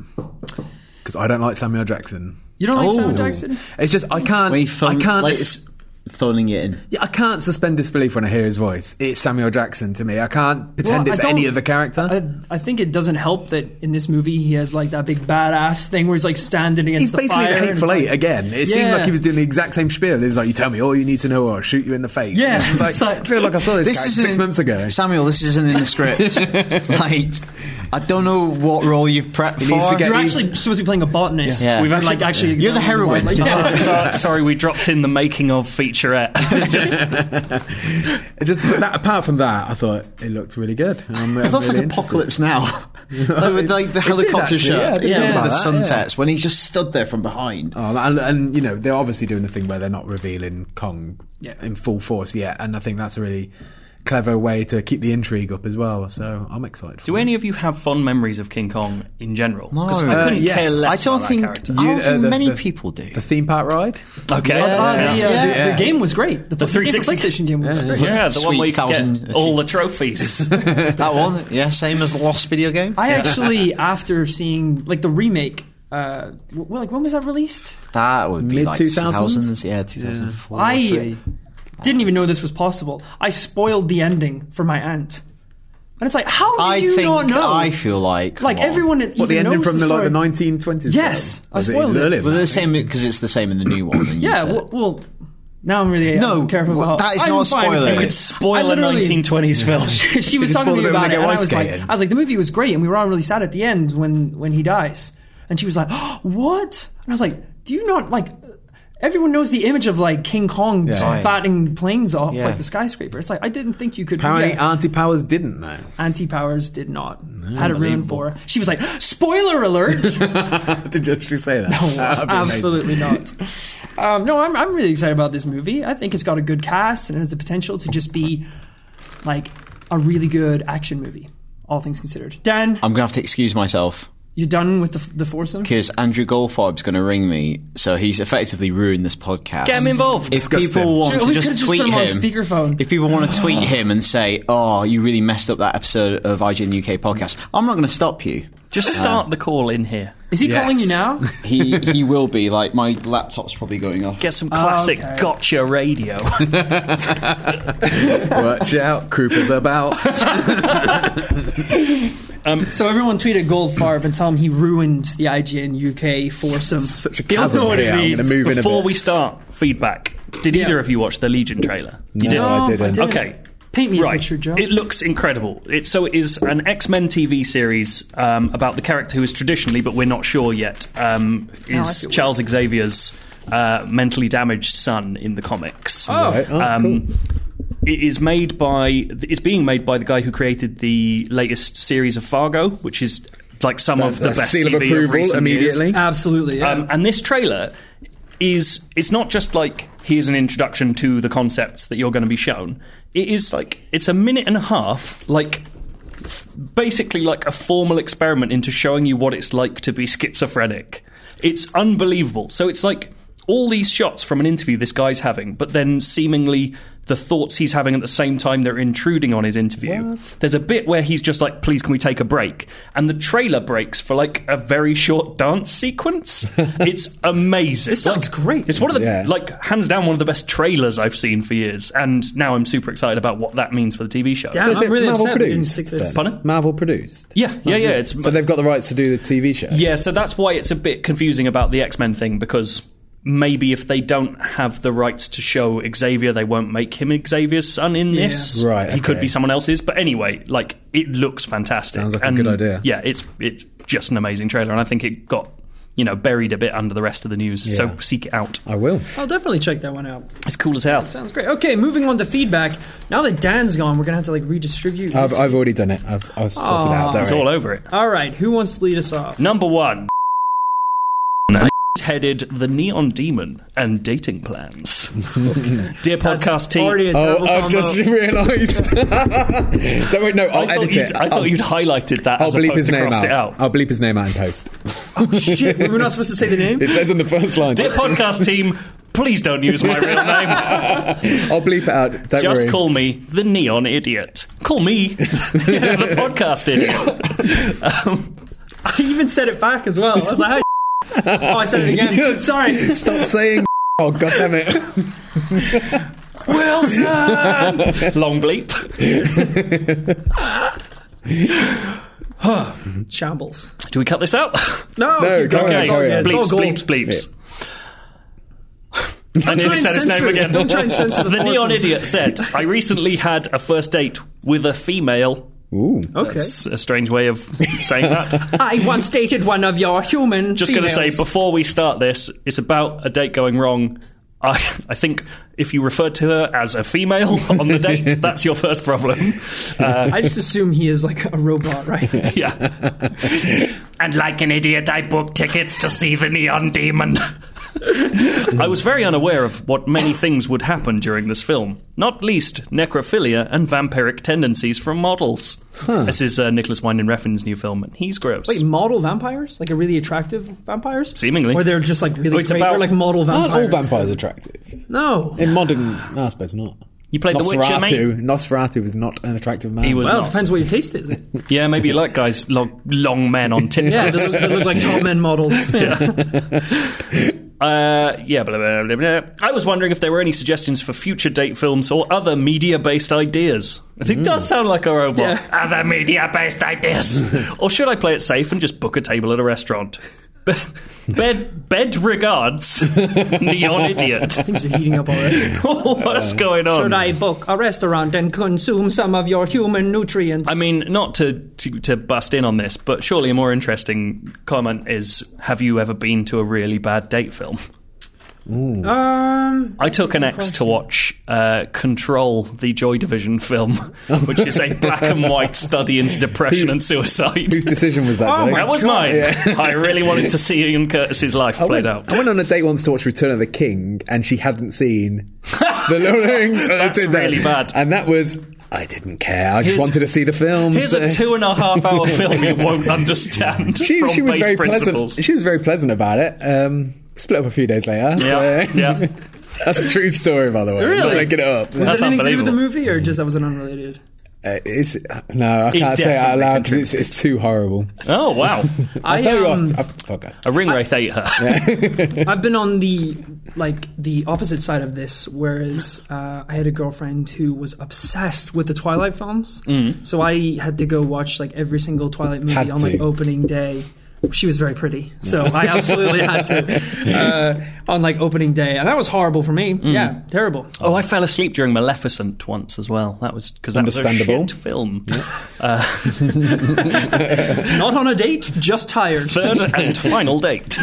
A: because I don't like Samuel Jackson.
D: You don't like Samuel
C: Oh.
D: Jackson?
A: It's just I can't.
C: When he phone-
A: I can't.
C: like,
A: it's-
C: phoning it in.
A: Yeah, I can't suspend disbelief when I hear his voice. It's Samuel Jackson to me. I can't pretend
D: Well, I
A: it's
D: don't-
A: any other character.
D: I, I think it doesn't help that in this movie he has like that big badass thing where he's like standing against
A: He's
D: the
A: basically
D: fire.
A: the
D: and
A: Hateful
D: it's
A: Eight
D: like-
A: again. It seemed
D: Yeah.
A: like he was doing the exact same spiel. He's like, "You tell me all you need to know, or I'll shoot you in the face."
D: Yeah,
A: And it's like,
D: it's like-
A: I feel like I saw this, guy six
C: isn't-
A: months ago.
C: Samuel, this isn't in the script. like, I don't know what role you've prepped
A: needs to
C: for.
A: get-
D: You're
A: He's-
D: actually supposed to be playing a botanist.
C: Yeah. We've
D: Or,
B: actually-
D: like actually.
C: You're the
D: examining
C: heroine.
D: wildlife. Yeah.
B: Oh, So- sorry we dropped in the making of featurette It's just-
A: It Just but that, apart from that, I thought it looked really good. I'm,
C: it looks like Apocalypse Now. like, with like, the helicopter
A: actually, yeah, I
C: shot.
A: didn't
C: Yeah,
A: know
C: with
A: about
C: the
A: that,
C: sunsets. When he just stood there from behind.
A: Oh, and, and you know they're obviously doing the thing where they're not revealing Kong
D: Yeah.
A: in full force yet, and I think that's a really clever way to keep the intrigue up as well. So I'm excited.
B: do any of you have fond memories of king kong in general because
C: No.
B: i
C: Uh,
B: couldn't
A: yes.
B: care
C: I
B: less
C: don't
B: about
C: think,
B: that character
C: I don't
A: You- uh,
C: think
A: the-
C: many
A: the-
C: people do.
A: the theme park ride?
B: okay
D: Uh, the, uh,
B: yeah.
D: the-
C: Yeah.
D: The, game was great. The, the PlayStation
B: 360.
D: game was great.
B: Yeah, the one
C: Sweet
B: where you can
C: thousand-
B: get all the trophies.
C: that one, yeah, same as the Lost video game.
D: I actually, after seeing like the remake, uh, w- like when was that released?
C: that would be like
A: Mid-2000s?
C: 2000s. Yeah, 2004.
D: I-
C: Oh, three.
D: Didn't even know this was possible. I spoiled the ending for my aunt, and it's like, how do
C: I
D: you
C: think
D: not know?
C: I feel like
D: like
C: come on.
D: everyone that
A: What the
D: even
A: ending
D: knows
A: from
D: the
A: the, like
D: story-
A: the 1920s?
D: Yes,
A: film?
D: I
A: Was it
D: spoiled
A: earlier
D: it.
A: than
C: Well,
A: that?
C: they're the same because it's the same in the new one. And you
D: Yeah,
C: said.
D: well, well, now I'm really
C: No,
D: I'm careful
C: well,
D: about
C: that is
D: I'm
C: not a
D: fine with
C: spoiler.
D: saying
C: You
D: it.
C: could
D: I
B: Spoil a
D: literally-
B: 1920s film.
D: She was
A: you
D: talking
A: spoiled
D: to me
A: it when
D: about
A: they
D: it,
A: go
D: and I
A: ice
D: was like,
A: skating?
D: I was like, the movie was great, and we were all really sad at the end when when he dies, and she was like, oh, what? And I was like, do you not like? Everyone knows the image of like King Kong
C: Yeah.
D: batting planes off
C: Yeah.
D: like the skyscraper. It's like I didn't think you could. do
A: Apparently, uh,
D: that.
A: Auntie Powers didn't know.
D: Auntie Powers did not. Had it ruined for her. She was like, spoiler alert!
A: Did you actually say that? That'd be amazing.
D: Oh, Absolutely not. Um, no, I'm, I'm really excited about this movie. I think it's got a good cast and it has the potential to just be like a really good action movie, all things considered. Dan,
C: I'm gonna have to excuse myself
D: you done with the, the foursome?
C: because Andrew Goldfarb's gonna ring me, so he's effectively ruined this podcast.
B: Get him involved.
C: If people want
D: Sure,
C: to
D: we
C: just
D: could've just
C: tweet
D: put him on
C: him,
D: speakerphone.
C: if people want to tweet him and say, "Oh, you really messed up that episode of IGN UK podcast," I'm not going to stop you.
B: Just start the call in here.
D: Is he
A: Yes.
D: calling you now?
C: He he will be like my laptop's probably going off.
B: Get some classic
D: okay.
B: gotcha radio.
A: Watch out, Krupa's about.
B: Um,
D: So everyone tweeted Goldfarb and tell him he ruined the IGN UK foursome.
A: Such a
D: They don't
A: chasm
D: know what
A: here.
D: it
A: I'm gonna
D: means.
A: move in a
B: before
A: bit.
B: we start, feedback. Did
D: Yeah.
B: either of you watch the Legion trailer?
A: No,
B: You did.
A: I didn't.
D: didn't.
B: Okay.
D: Paint me a
B: right.
D: picture, Joe.
B: It looks incredible. It's so it is an X Men TV series um, about the character who is traditionally, but we're not sure yet, um, is
F: see what-
B: Charles Xavier's uh, mentally damaged son in the comics. Oh,
A: Right. Oh,
D: um,
A: cool.
B: it is made by it's being made by the guy who created the latest series of Fargo, which is like some of the
A: That's
B: best
A: Uh, seal
B: TV
A: of approval
B: recent years.
A: immediately.
D: Absolutely. Yeah.
B: Um, and this trailer is it's not just like here's an introduction to the concepts that you're going to be shown. It is like it's a minute and a half, like f- basically like a formal experiment into showing you what it's like to be schizophrenic. It's unbelievable. So it's like all these shots from an interview this guy's having, but then seemingly the thoughts he's having at the same time they're intruding on his interview. There's a bit where he's just like, please, can we take a break? And the trailer breaks for like a very short dance sequence. it's amazing. This
D: sounds great.
B: It's one of the,
A: Yeah.
B: like, hands down, one of the best trailers I've seen for years. And now I'm super excited about what that means for the TV show.
D: Damn,
A: So is
D: I'm
A: it
D: really
A: Marvel
D: upset. we didn't
A: produced?
D: stick this.
A: then?
B: Pardon?
A: Marvel produced.
B: Yeah, yeah, yeah. It's
A: So they've got the rights to do the TV show.
B: Yeah, so that's why it's a bit confusing about the X Men thing because maybe if they don't have the rights to show Xavier, they won't make him Xavier's son in this.
A: Right,
B: He could
A: okay.
B: be someone else's. But anyway, like it looks fantastic.
A: Sounds like a
B: and
A: good idea.
B: Yeah, it's it's just an amazing trailer, and I think it got you know buried a bit under the rest of the news. So seek it out.
A: I will.
D: I'll definitely check that one out.
B: It's cool as hell.
D: Sounds great. Okay, moving on to feedback. Now that Dan's gone, we're gonna have to like redistribute.
A: I've,
D: this.
A: I've already done it. I've, I've sorted it out. Don't
B: It's
A: worry.
B: all over it.
D: All right, who wants to lead us off?
B: Number one. Headed the neon demon and dating plans. Dear podcast team,
D: Already a
A: Oh,
D: terrible
A: I've
D: combo.
A: just realised. Don't worry,
D: Oh,
A: no, I'll
B: I thought,
A: edit
B: you'd,
A: it.
B: I thought
A: I'll-
B: you'd highlighted that
A: I'll
B: as
A: bleep
B: opposed
A: his
B: to
A: name
B: crossed
A: out.
B: it out.
A: I'll bleep his name out in post.
D: Oh, shit. We were not supposed to say the name.
A: It says in the first line.
B: Dear podcast team, please don't use my real name.
A: I'll bleep it out. Don't
B: Just
A: worry.
B: call me the neon idiot. Call me the podcast idiot. Um,
D: I even said it back as well. I was like, oh, oh I said it again. Sorry.
A: Stop saying. Oh god damn it!
B: Wilson! Long bleep.
D: Shambles.
B: Do we cut this out?
D: No,
A: No,
D: keep going.
A: carry on,
D: It's all
A: carry
D: good.
A: on.
D: It's all
B: bleeps,
D: gold.
B: bleeps, bleeps. I nearly
D: and
B: said his
D: censor
B: name
D: it.
B: again.
D: Don't try and censor
B: the
D: the
B: neon
D: foursome.
B: idiot said, "I recently had a first date with a female."
A: Ooh.
D: Okay.
B: That's a strange way of saying that.
D: I once dated one of your human.
B: just going to say
D: females.
B: before we start this, it's about a date going wrong. I, I think if you referred to her as a female on the date, that's your first problem. Uh,
D: I just assume he is like a robot, right?
B: yeah.
F: And like an idiot, I booked tickets to see the Neon Demon.
B: I was very unaware of what many things would happen during this film, not least necrophilia and vampiric tendencies from models. This is uh, Nicholas Winding Refn's new film, and he's gross.
D: Wait, model vampires? Like a really attractive vampires?
B: Seemingly.
D: Or they're just like really
B: Oh, it's
D: great.
B: about-
D: They're like model
A: Aren't
D: vampires.
A: all vampires attractive?
D: No.
A: In modern, no, I suppose not.
B: you played The Witcher, mate?
A: Nosferatu. Nosferatu was not an attractive man.
B: He was
D: Well, it
B: not.
D: depends what your taste is.
B: Yeah, maybe you like guys long, long men on tiptoes.
D: Yeah, they look- they look like tall men models. Yeah.
B: Uh, yeah, blah, blah, blah, blah. I was wondering if there were any suggestions for future date films or other media based ideas. It
D: Hmm.
B: does sound like a robot.
F: Other media based ideas.
B: Or should I play it safe and just book a table at a restaurant? bed, bed regards, neon idiot.
D: Things are heating up already.
B: What's going on?
D: Uh, Should I book a restaurant and consume some of your human nutrients?
B: I mean, not to, to to bust in on this, but surely a more interesting comment is: Have you ever been to a really bad date film?
D: um,
B: I took an ex to watch uh, Control, the Joy Division film, which is a black and white study into depression and suicide.
A: Whose decision was
D: Oh,
A: that? Jake?
B: That was mine. I really wanted to see Ian Curtis's life
A: I
B: played
A: went,
B: out.
A: I went on a date once to watch Return of the King, and she hadn't seen The Lord of the Rings. and I
B: That's
A: did that.
B: really bad.
A: And that was, I didn't care. I just
B: Here's-
A: wanted to see the film.
B: Here's
A: so-
B: a two and a half hour film you won't understand
A: she,
B: from
A: she was
B: base
A: very
B: principles.
A: pleasant. She was very pleasant about it. Um, split up a few days later.
B: Yeah,
A: so-
B: yeah.
A: That's a true story, by the way. I'm not
D: Really?
A: making it up.
D: was
B: That's
D: it anything to do with the
B: unbelievable.
D: movie, or just that was an unrelated?
A: Uh, it's no, I can't say it out
B: definitely
A: loud because it's, it's too horrible.
B: Oh wow,
A: I'll
D: I,
A: tell you
D: um,
A: after, after the podcast.
B: a ring wraith ate her.
D: I've been on the like the opposite side of this, whereas uh, I had a girlfriend who was obsessed with the Twilight films. So I had to go watch like every single Twilight movie
A: Had
D: on like
A: to.
D: opening day. She was very pretty, so I absolutely had to uh, on like opening day, and that was horrible for me. Yeah, terrible.
B: Oh, I fell asleep during Maleficent once as well. That was because that was a
A: Understandable.
B: shit film.
D: Not on a date, just tired.
B: Third and final date.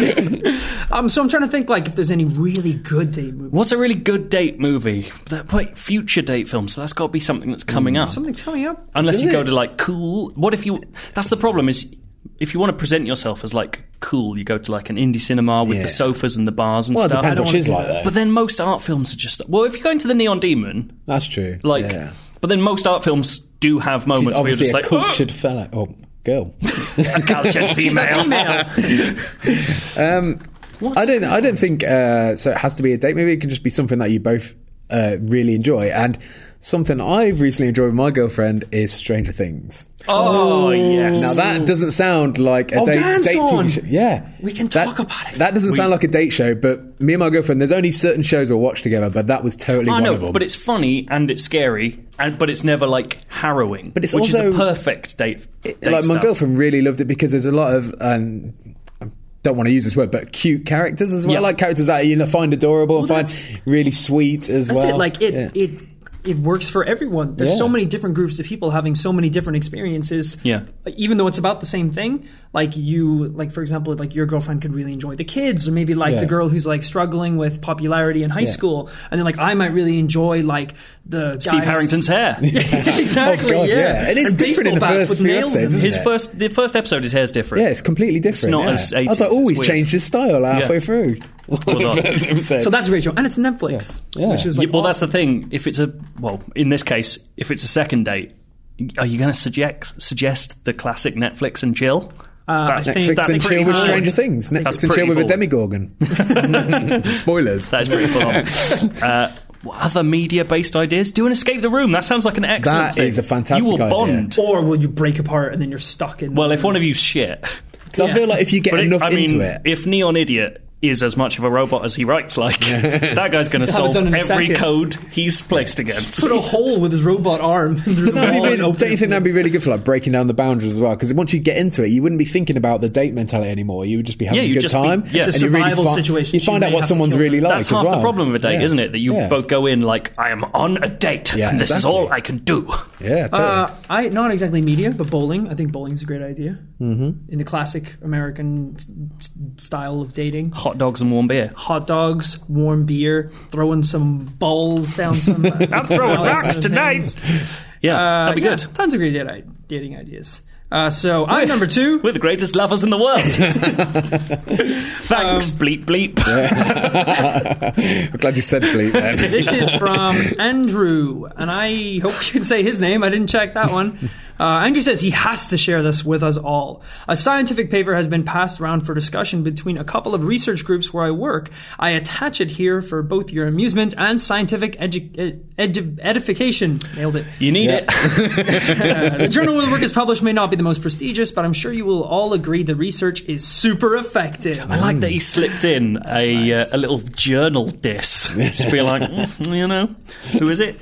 D: Um, so I'm trying to think like if there's any really good date movies.
B: What's a really good date movie? That wait, future date film. So that's got to be something that's
A: Hmm,
B: coming up.
D: something coming up?
B: Unless you go to like cool. What if you? That's the problem. Is if you want to present yourself as like cool, you go to like an indie cinema with
A: Yeah.
B: the sofas and the bars and
A: Well, it
B: stuff.
A: depends
B: I don't
A: what
B: wanna
A: she's
B: do
A: like,
B: that.
A: though.
B: But then most art films are just. Well, if you go into the Neon Demon,
A: That's true.
B: like.
A: yeah.
B: But then most art films do have
A: she's
B: moments where you're
A: obviously
B: just
A: a
B: like
A: cultured fella. Oh, girl.
B: "Oh, a cultured female.
A: Um,
B: What's
A: I don't. I don't think uh, so. It has to be a date. Maybe it can just be something that you both uh, really enjoy. And something I've recently enjoyed with my girlfriend is Stranger Things.
B: Oh yes.
A: Now that doesn't sound like a
D: Oh,
A: date,
D: Dan's
A: dating
D: gone.
A: show. Yeah,
D: We can
A: That-
D: talk about it.
A: That doesn't sound like a date show. But me and my girlfriend, there's only certain shows we'll watch together. But that was totally
B: I
A: one
B: know,
A: of them.
B: but it's funny and it's scary, and but it's never like harrowing. But
A: it's
B: which is
A: also-
B: the perfect date. date
A: like my
B: stuff.
A: girlfriend really loved it because there's a lot of um, I don't want to use this word, but cute characters as well.
B: Yeah.
A: Like characters that you know find adorable and find really sweet as
D: That's
A: well.
D: it. Like it,
A: Yeah.
D: it, it works for everyone. There's
A: Yeah.
D: so many different groups of people having so many different experiences.
B: Yeah.
D: Even though it's about the same thing, like you, like for example, like your girlfriend could really enjoy the kids, or maybe like
A: Yeah.
D: the girl who's like struggling with popularity in high school, and then like I might really enjoy like the
B: Steve
D: guys-
B: Harrington's hair.
D: exactly.
A: Oh, God,
D: yeah.
A: yeah. And it's different in
D: baseball
A: the
D: bats
A: first
D: with
A: few
D: nails
A: episodes,
D: in
A: isn't
D: it.
B: His
A: it?
B: first, the first episode's hair's different.
A: Yeah, it's completely different.
B: not
A: yeah.
B: as
A: I was
B: 80s,
A: like, oh,
B: it's
A: he's
B: weird.
A: changed his style halfway
B: Yeah.
A: through.
B: odd.
D: So that's Rachel, and it's Netflix,
A: Yeah.
D: which is
B: Yeah,
D: like
B: well,
A: oh.
B: that's the thing. If it's a well, in this case, if it's a second date, are you going to suggest suggest the classic Netflix and chill?
D: Uh,
B: that's
D: I think-
A: Netflix
B: that's
A: and
B: pretty
A: chill with
B: hard.
A: Stranger Things. Netflix
B: That's
A: and chill
B: pretty
A: with a
B: bold.
A: demigorgon. Spoilers.
B: That is pretty full on. Uh, what other media-based ideas? Do an escape the room. That sounds like an excellent
A: That
B: thing.
A: is a fantastic
B: You will
A: idea.
B: bond.
D: or will you break apart and then you're stuck in?
B: Well, if one of you's shit,
A: So I feel like if you get
B: But it-
A: enough
B: I mean,
A: into it,
B: if Neon Idiot is as much of a robot as he writes, like that guy's going to solve
D: done in a
B: every
D: second.
B: code he's placed against.
D: put a hole with his robot arm through the
A: That'd be
D: wall
A: really-
D: and open
A: don't you
D: it.
A: think that'd be really good for like breaking down the boundaries as well? Because once you get into it, you wouldn't be thinking about the date mentality anymore. You would just be having
B: Yeah,
A: a
B: you'd
A: good
B: just be-
A: time.
B: yeah. It's a
A: you really
D: survival
A: fi-
D: situation.
A: You find
D: You
A: out
D: may
A: what
D: have to
A: someone's
D: kill
A: really
D: them.
A: like.
B: That's
A: as
B: half the
A: well.
B: problem of a date,
A: Yeah.
B: isn't it? That you
A: Yeah.
B: both go in like, I am on a date,
A: Yeah,
B: and this is
A: exactly.
B: all I can do.
A: Yeah, totally.
D: Uh, I not exactly media, but bowling. I think bowling's a great idea mm-hmm. in the classic American s- s- style of dating.
B: Hot dogs and warm beer.
D: Hot dogs, warm beer, throwing some balls down some. uh, I'm
B: throwing rocks tonight. Uh, Yeah, that'd be
D: Uh, yeah,
B: good.
D: Tons of great date- dating ideas. Uh, so I'm number two.
B: We're the greatest lovers in the world. Thanks, bleep bleep.
A: I'm glad you said bleep. Then.
D: This is from Andrew, and I hope you can say his name. I didn't check that one. Uh, Andrew says he has to share this with us all. A scientific paper has been passed around for discussion between a couple of research groups where I work. I attach it here for both your amusement and scientific edu- ed- ed- edification. Nailed it. Uh,
B: You need it.
D: The journal where the work is published may not be the most prestigious, but I'm sure you will all agree the research is super effective.
B: I like
A: Mm.
B: that he slipped in a uh, a little journal diss. Just be like, "Mm, you know, who is it?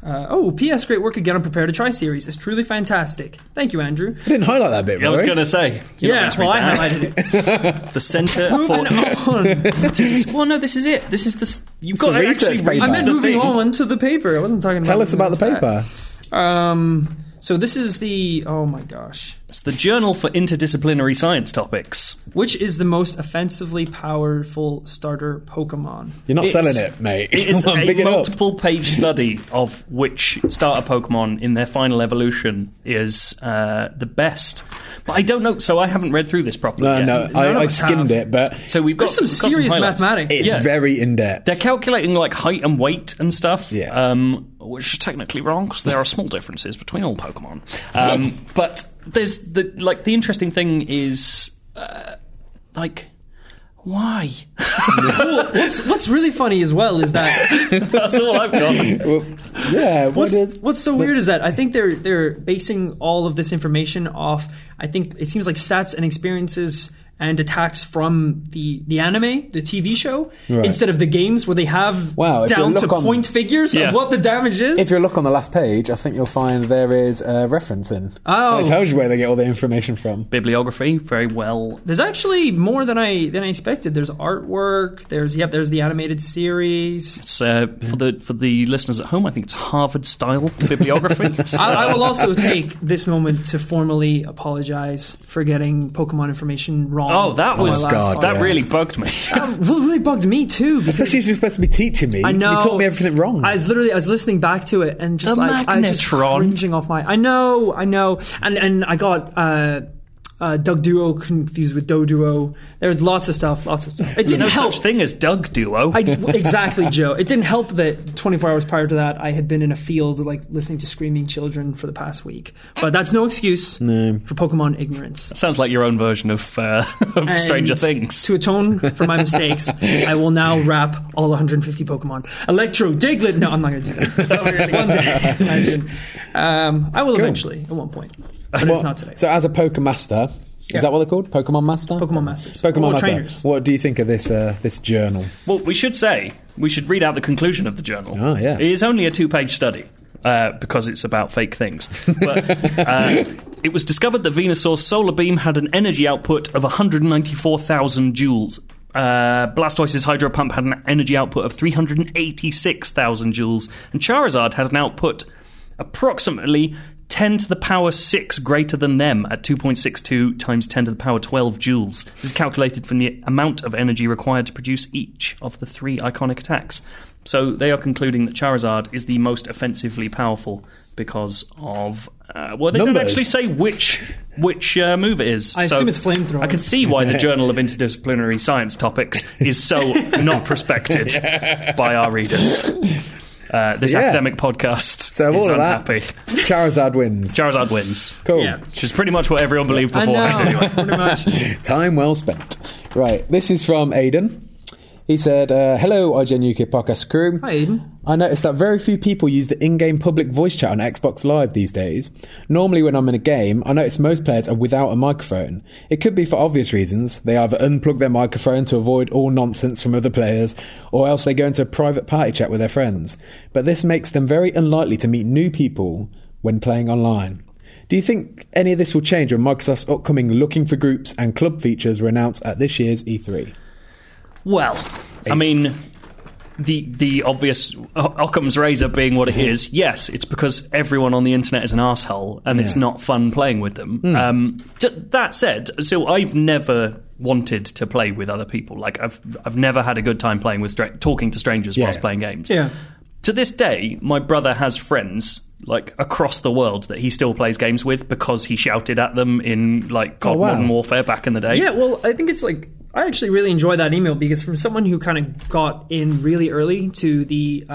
D: Uh, oh, P.S. Great work again on Prepare to Try series. It's truly fantastic. Thank you, Andrew.
A: I didn't highlight that bit.
B: I was
A: Rory.
B: going to say. you're not
D: yeah,
B: meant to
D: well, I
B: read that.
D: highlighted it.
B: The center for. well, no, this is it. This is the. You've got
A: a
B: to actually
A: research paper.
B: read
D: I meant
B: the
D: moving
B: thing.
D: on to the paper. I wasn't talking about
A: Tell us about the paper.
D: Um, so this is the oh my gosh,
B: It's the Journal for Interdisciplinary Science Topics.
D: which is the most offensively powerful starter Pokemon?
A: You're not
B: It's-
A: selling it, mate.
B: It is
A: Come on,
B: a
A: pick it up.
B: multiple-page study of which starter Pokemon in their final evolution is uh, the best. But I don't know, so I haven't read through this properly.
A: No,
B: yet.
A: no,
D: none of
A: I, I
D: us
A: skimmed
D: have.
A: it, but
B: So we've got
D: There's some
B: we've got
D: serious
B: highlights.
D: mathematics.
A: it's
B: yeah.
A: very in depth.
B: They're calculating like height and weight and stuff,
A: Yeah.
B: um, which is technically wrong because there are small differences between all Pokemon. Um, but there's the like the interesting thing is uh, like Why?
D: what's, what's really funny as well is that
B: That's all I've got.
A: Yeah, what
D: what's,
A: is?
D: what's so weird is that I think they're they're basing all of this information off. I think it seems like stats and experiences and attacks from the the anime, the TV show, instead of the games where they have
A: Wow, if you
D: down to
A: look on-
D: point figures
B: Yeah.
D: of what the damage is.
A: If you look on the last page, I think you'll find there is a reference in.
D: Oh.
A: it tells you where they get all the information from.
B: Bibliography, very well.
D: There's actually more than I than I expected. There's artwork. There's yep. There's the animated series.
B: It's, uh, for the for the listeners at home, I think it's Harvard style bibliography. So-
D: I, I will also take this moment to formally apologize for getting Pokemon information wrong.
B: oh, that
D: on my
B: was
D: last
G: God,
B: that
D: podcast.
B: really bugged me.
D: Um, well, it really bugged me too. Because
G: Especially if you're supposed to be teaching me.
D: I know
G: You taught me everything wrong.
D: I was literally I was listening back to it and just
B: The
D: like I was just
B: magnetron.
D: cringing off my. I know, I know, and and I got. Uh, uh, Doug Duo confused with Do Duo. There's lots of stuff, lots of stuff. It didn't
B: no
D: help.
B: such thing as Doug Duo.
D: I, exactly, Joe. It didn't help that 24 hours prior to that, I had been in a field like listening to screaming children for the past week. But that's no excuse for Pokemon ignorance.
B: Sounds like your own version of, uh, of Stranger
D: And
B: Things.
D: To atone for my mistakes, I will now wrap all 150 Pokemon. Electro, Diglett. No, I'm not going to do that. one day, imagine. Um, I will eventually at one point. But
A: What-
D: it's not today.
A: So, as a Pokemaster, master, is that what they're called? Pokemon Master.
D: Pokemon Masters.
A: Pokemon
D: Or
A: Master.
D: trainers.
A: What do you think of this uh, this journal?
B: Well, we should say we should read out the conclusion of the journal.
A: Oh, yeah.
B: it is only a two-page study uh, because it's about fake things. But uh, it was discovered that Venusaur's solar beam had an energy output of 194,000 joules. Uh, Blastoise's hydro pump had an energy output of 386,000 joules, and Charizard had an output approximately 10 to the power 6 greater than them at 2.62 times 10 to the power 12 joules. This is calculated from the amount of energy required to produce each of the three iconic attacks. So they are concluding that Charizard is the most offensively powerful because of. Uh, well, they don't
A: Numbers.
B: actually say which which uh, move it is.
D: I assume it's flamethrower.
B: I can see why the Journal of Interdisciplinary Science Topics is so not respected by our readers. Uh, this
A: Yeah.
B: academic podcast
A: So, of
B: is
A: all of that,
B: unhappy.
A: Charizard wins.
B: Charizard wins.
A: Cool.
D: Yeah.
B: Which is pretty much what everyone believed
D: I
B: before.
D: know, pretty much.
A: Time well spent. Right, this is from Aiden. He said, uh, "Hello, IGN UK podcast crew.
D: Hi, Aiden.
A: I noticed that very few people use the in-game public voice chat on Xbox Live these days. Normally, when I'm in a game, I notice most players are without a microphone. It could be for obvious reasons. They either unplug their microphone to avoid all nonsense from other players, or else they go into a private party chat with their friends. But this makes them very unlikely to meet new people when playing online." Do you think any of this will change when Microsoft's upcoming looking for groups and club features were announced at this year's E E3?
B: Well, I mean, the the obvious O- Occam's razor being what it
D: Mm-hmm.
B: is, yes, it's because everyone on the internet is an asshole and it's not fun playing with them.
D: Mm.
B: Um, t- that said, so I've never wanted to play with other people. Like I've I've never had a good time playing with stra- talking to strangers whilst playing games.
D: Yeah.
B: To this day, my brother has friends like across the world that he still plays games with because he shouted at them in like God
A: wow.
B: Modern Warfare back in the day.
D: Oh, Yeah, well, I think it's like I actually really enjoy that email because from someone who kind of got in really early to the uh,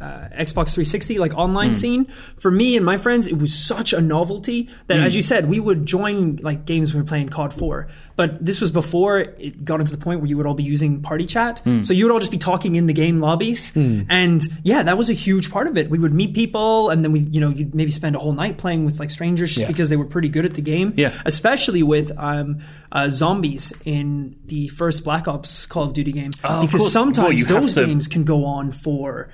D: uh, Xbox 360 like online scene, for me and my friends, it was such a novelty that, as you said, we would join like games we were playing COD 4. But this was before it got into the point where you would all be using party chat, so you would all just be talking in the game lobbies, and yeah, that was a huge part of it. We would meet people, and then we, you know, you'd maybe spend a whole night playing with like strangers just because they were pretty good at the game
B: Yeah.
D: especially with um, uh, zombies in the first Black Ops Call of Duty game, because
B: course. Well,
D: sometimes
B: you have
D: those
B: to-
D: games can go on for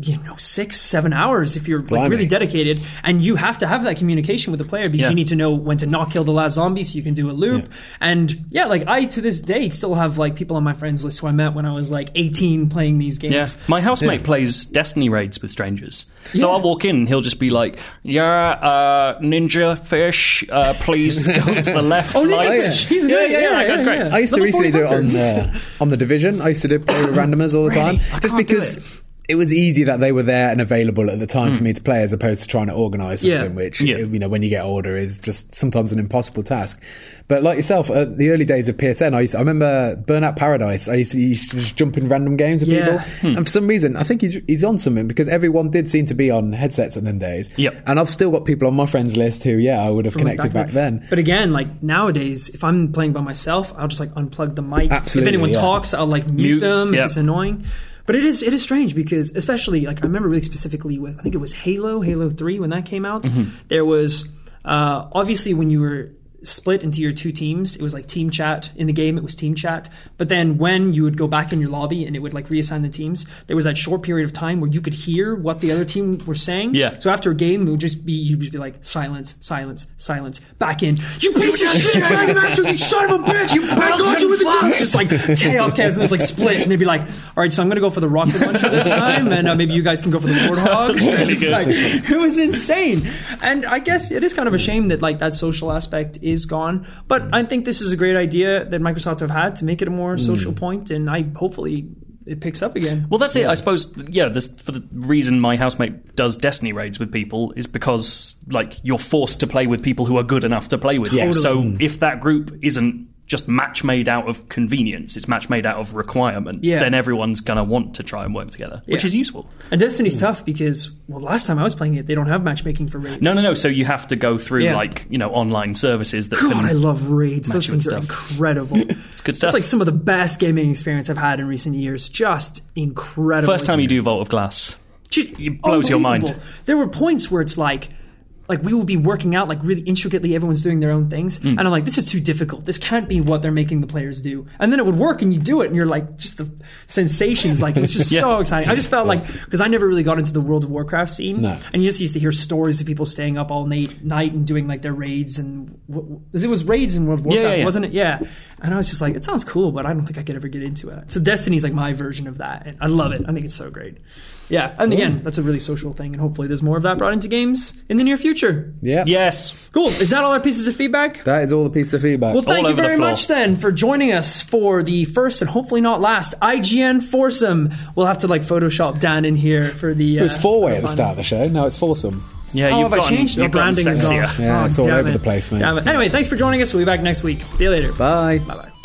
D: you know six, seven hours if you're like,
A: Blimey.
D: really dedicated, and you have to have that communication with the player because
B: Yeah.
D: you need to know when to not kill the last zombie so you can do a loop. And yeah, like I to this day still have like people on my friends list who I met when I was like 18 playing these games.
B: Yeah, my housemate plays Destiny raids with strangers. So I'll walk in, and he'll just be like, "Yeah, uh, ninja fish, uh, please go to the left." oh,
D: Ninja
B: light.
D: Fish. He's
B: yeah,
D: great.
B: yeah, yeah,
D: Yeah,
B: that's
D: yeah,
B: great.
D: yeah.
A: I used to
D: Level
A: recently do it
D: 40
A: on the, on the division. I used to do play with randomers all the time,
B: I
A: just
B: can't do
A: because
H: it was easy that they were there and available at the time for me to play as opposed to trying to organize something
D: Yeah.
H: which
B: Yeah.
H: you know when you get older is just sometimes an impossible task but like yourself uh, the early days of PSN I used I remember Burnout Paradise I used to, used to just jump in random games with
D: Yeah.
H: people and for some reason I think he's he's on something because everyone did seem to be on headsets in them days
B: Yep.
H: and I've still got people on my friends list who yeah I would have connected back, then
D: But again, like nowadays, if I'm playing by myself, I'll just like unplug the mic.
H: Absolutely,
D: If anyone
H: yeah.
D: talks, I'll like mute,
B: Mute,
D: them
B: yeah.
D: if it's annoying. But it is it is strange because especially like I remember really specifically with I think it was Halo Halo Three when that came out. There was uh, obviously when you were split into your two teams, it was like team chat in the game. It was team chat, but then when you would go back in your lobby and it would like reassign the teams, there was that short period of time where you could hear what the other team were saying.
B: Yeah.
D: So after a game, it would just be you'd just be like silence, silence, silence, back in. You piece of shit, Dragon Master, you son of a bitch! You back on you with the guns, just like chaos, chaos, and it's like split. And they'd be like, all right, so I'm gonna go for the rocket launcher this time, and uh, maybe you guys can go for the warthogs. really
B: good.
D: it was insane, and I guess it is kind of a shame that like that social aspect is gone. But I think this is a great idea that Microsoft have had to make it a
B: Mm.
D: more social point, and I hopefully it picks up again.
B: Well, that's it. I suppose. Yeah, this, for the reason my housemate does Destiny raids with people is because like you're forced to play with people who are good enough to play with. you. So if that group isn't just match made out of convenience, it's match made out of requirement.
D: Yeah.
B: Then everyone's gonna want to try and work together, which
D: Yeah.
B: is useful.
D: And Destiny's tough because well, last time I was playing it, they don't have matchmaking for raids.
B: No, no, no. So you have to go through
D: Yeah.
B: like you know online services that
D: God,
B: can
D: I love raids. Those
B: Matching
D: things
B: stuff.
D: are incredible. it's
B: good stuff.
D: It's like some of the best gaming experience I've had in recent years. Just incredible.
B: First time you do
D: experience.
B: Vault of Glass,
D: Just
B: it blows your mind.
D: unbelievable. There were points where it's like, like we will be working out like really intricately. Everyone's doing their own things,
B: Hmm.
D: and I'm like, this is too difficult. This can't be what they're making the players do. And then it would work, and you do it, and you're like, just the sensations. Like it was just so exciting. I just felt like because I never really got into the World of Warcraft scene,
H: No.
D: and you just used to hear stories of people staying up all night, night and doing like their raids and w- it was raids in World of Warcraft,
B: yeah, yeah.
D: wasn't it? Yeah. And I was just like, it sounds cool, but I don't think I could ever get into it. So Destiny's like my version of that, and I love it. I think it's so great. Yeah, and again, that's a really social thing, and hopefully there's more of that brought into games in the near future.
H: yeah
B: yes,
D: Cool. Is that all our pieces of feedback?
H: that is all the piece of feedback
D: Well, thank
B: All
D: you
B: over the
D: very
B: floor.
D: much then for joining us for the first and hopefully not last IGN foursome. We'll have to like Photoshop Dan in here for the.
H: it was four way at the
D: fun.
H: start of the show now it's foursome
B: yeah.
D: Oh,
B: you've
D: have I
B: gotten,
D: changed? Our
B: you've gotten
D: branding is
B: sexier.
D: off. Oh,
H: Yeah, it's all
D: damn
H: over the place, mate.
D: Damn it. Anyway, thanks for joining us. We'll be back next week. See you later.
H: bye
D: Bye bye.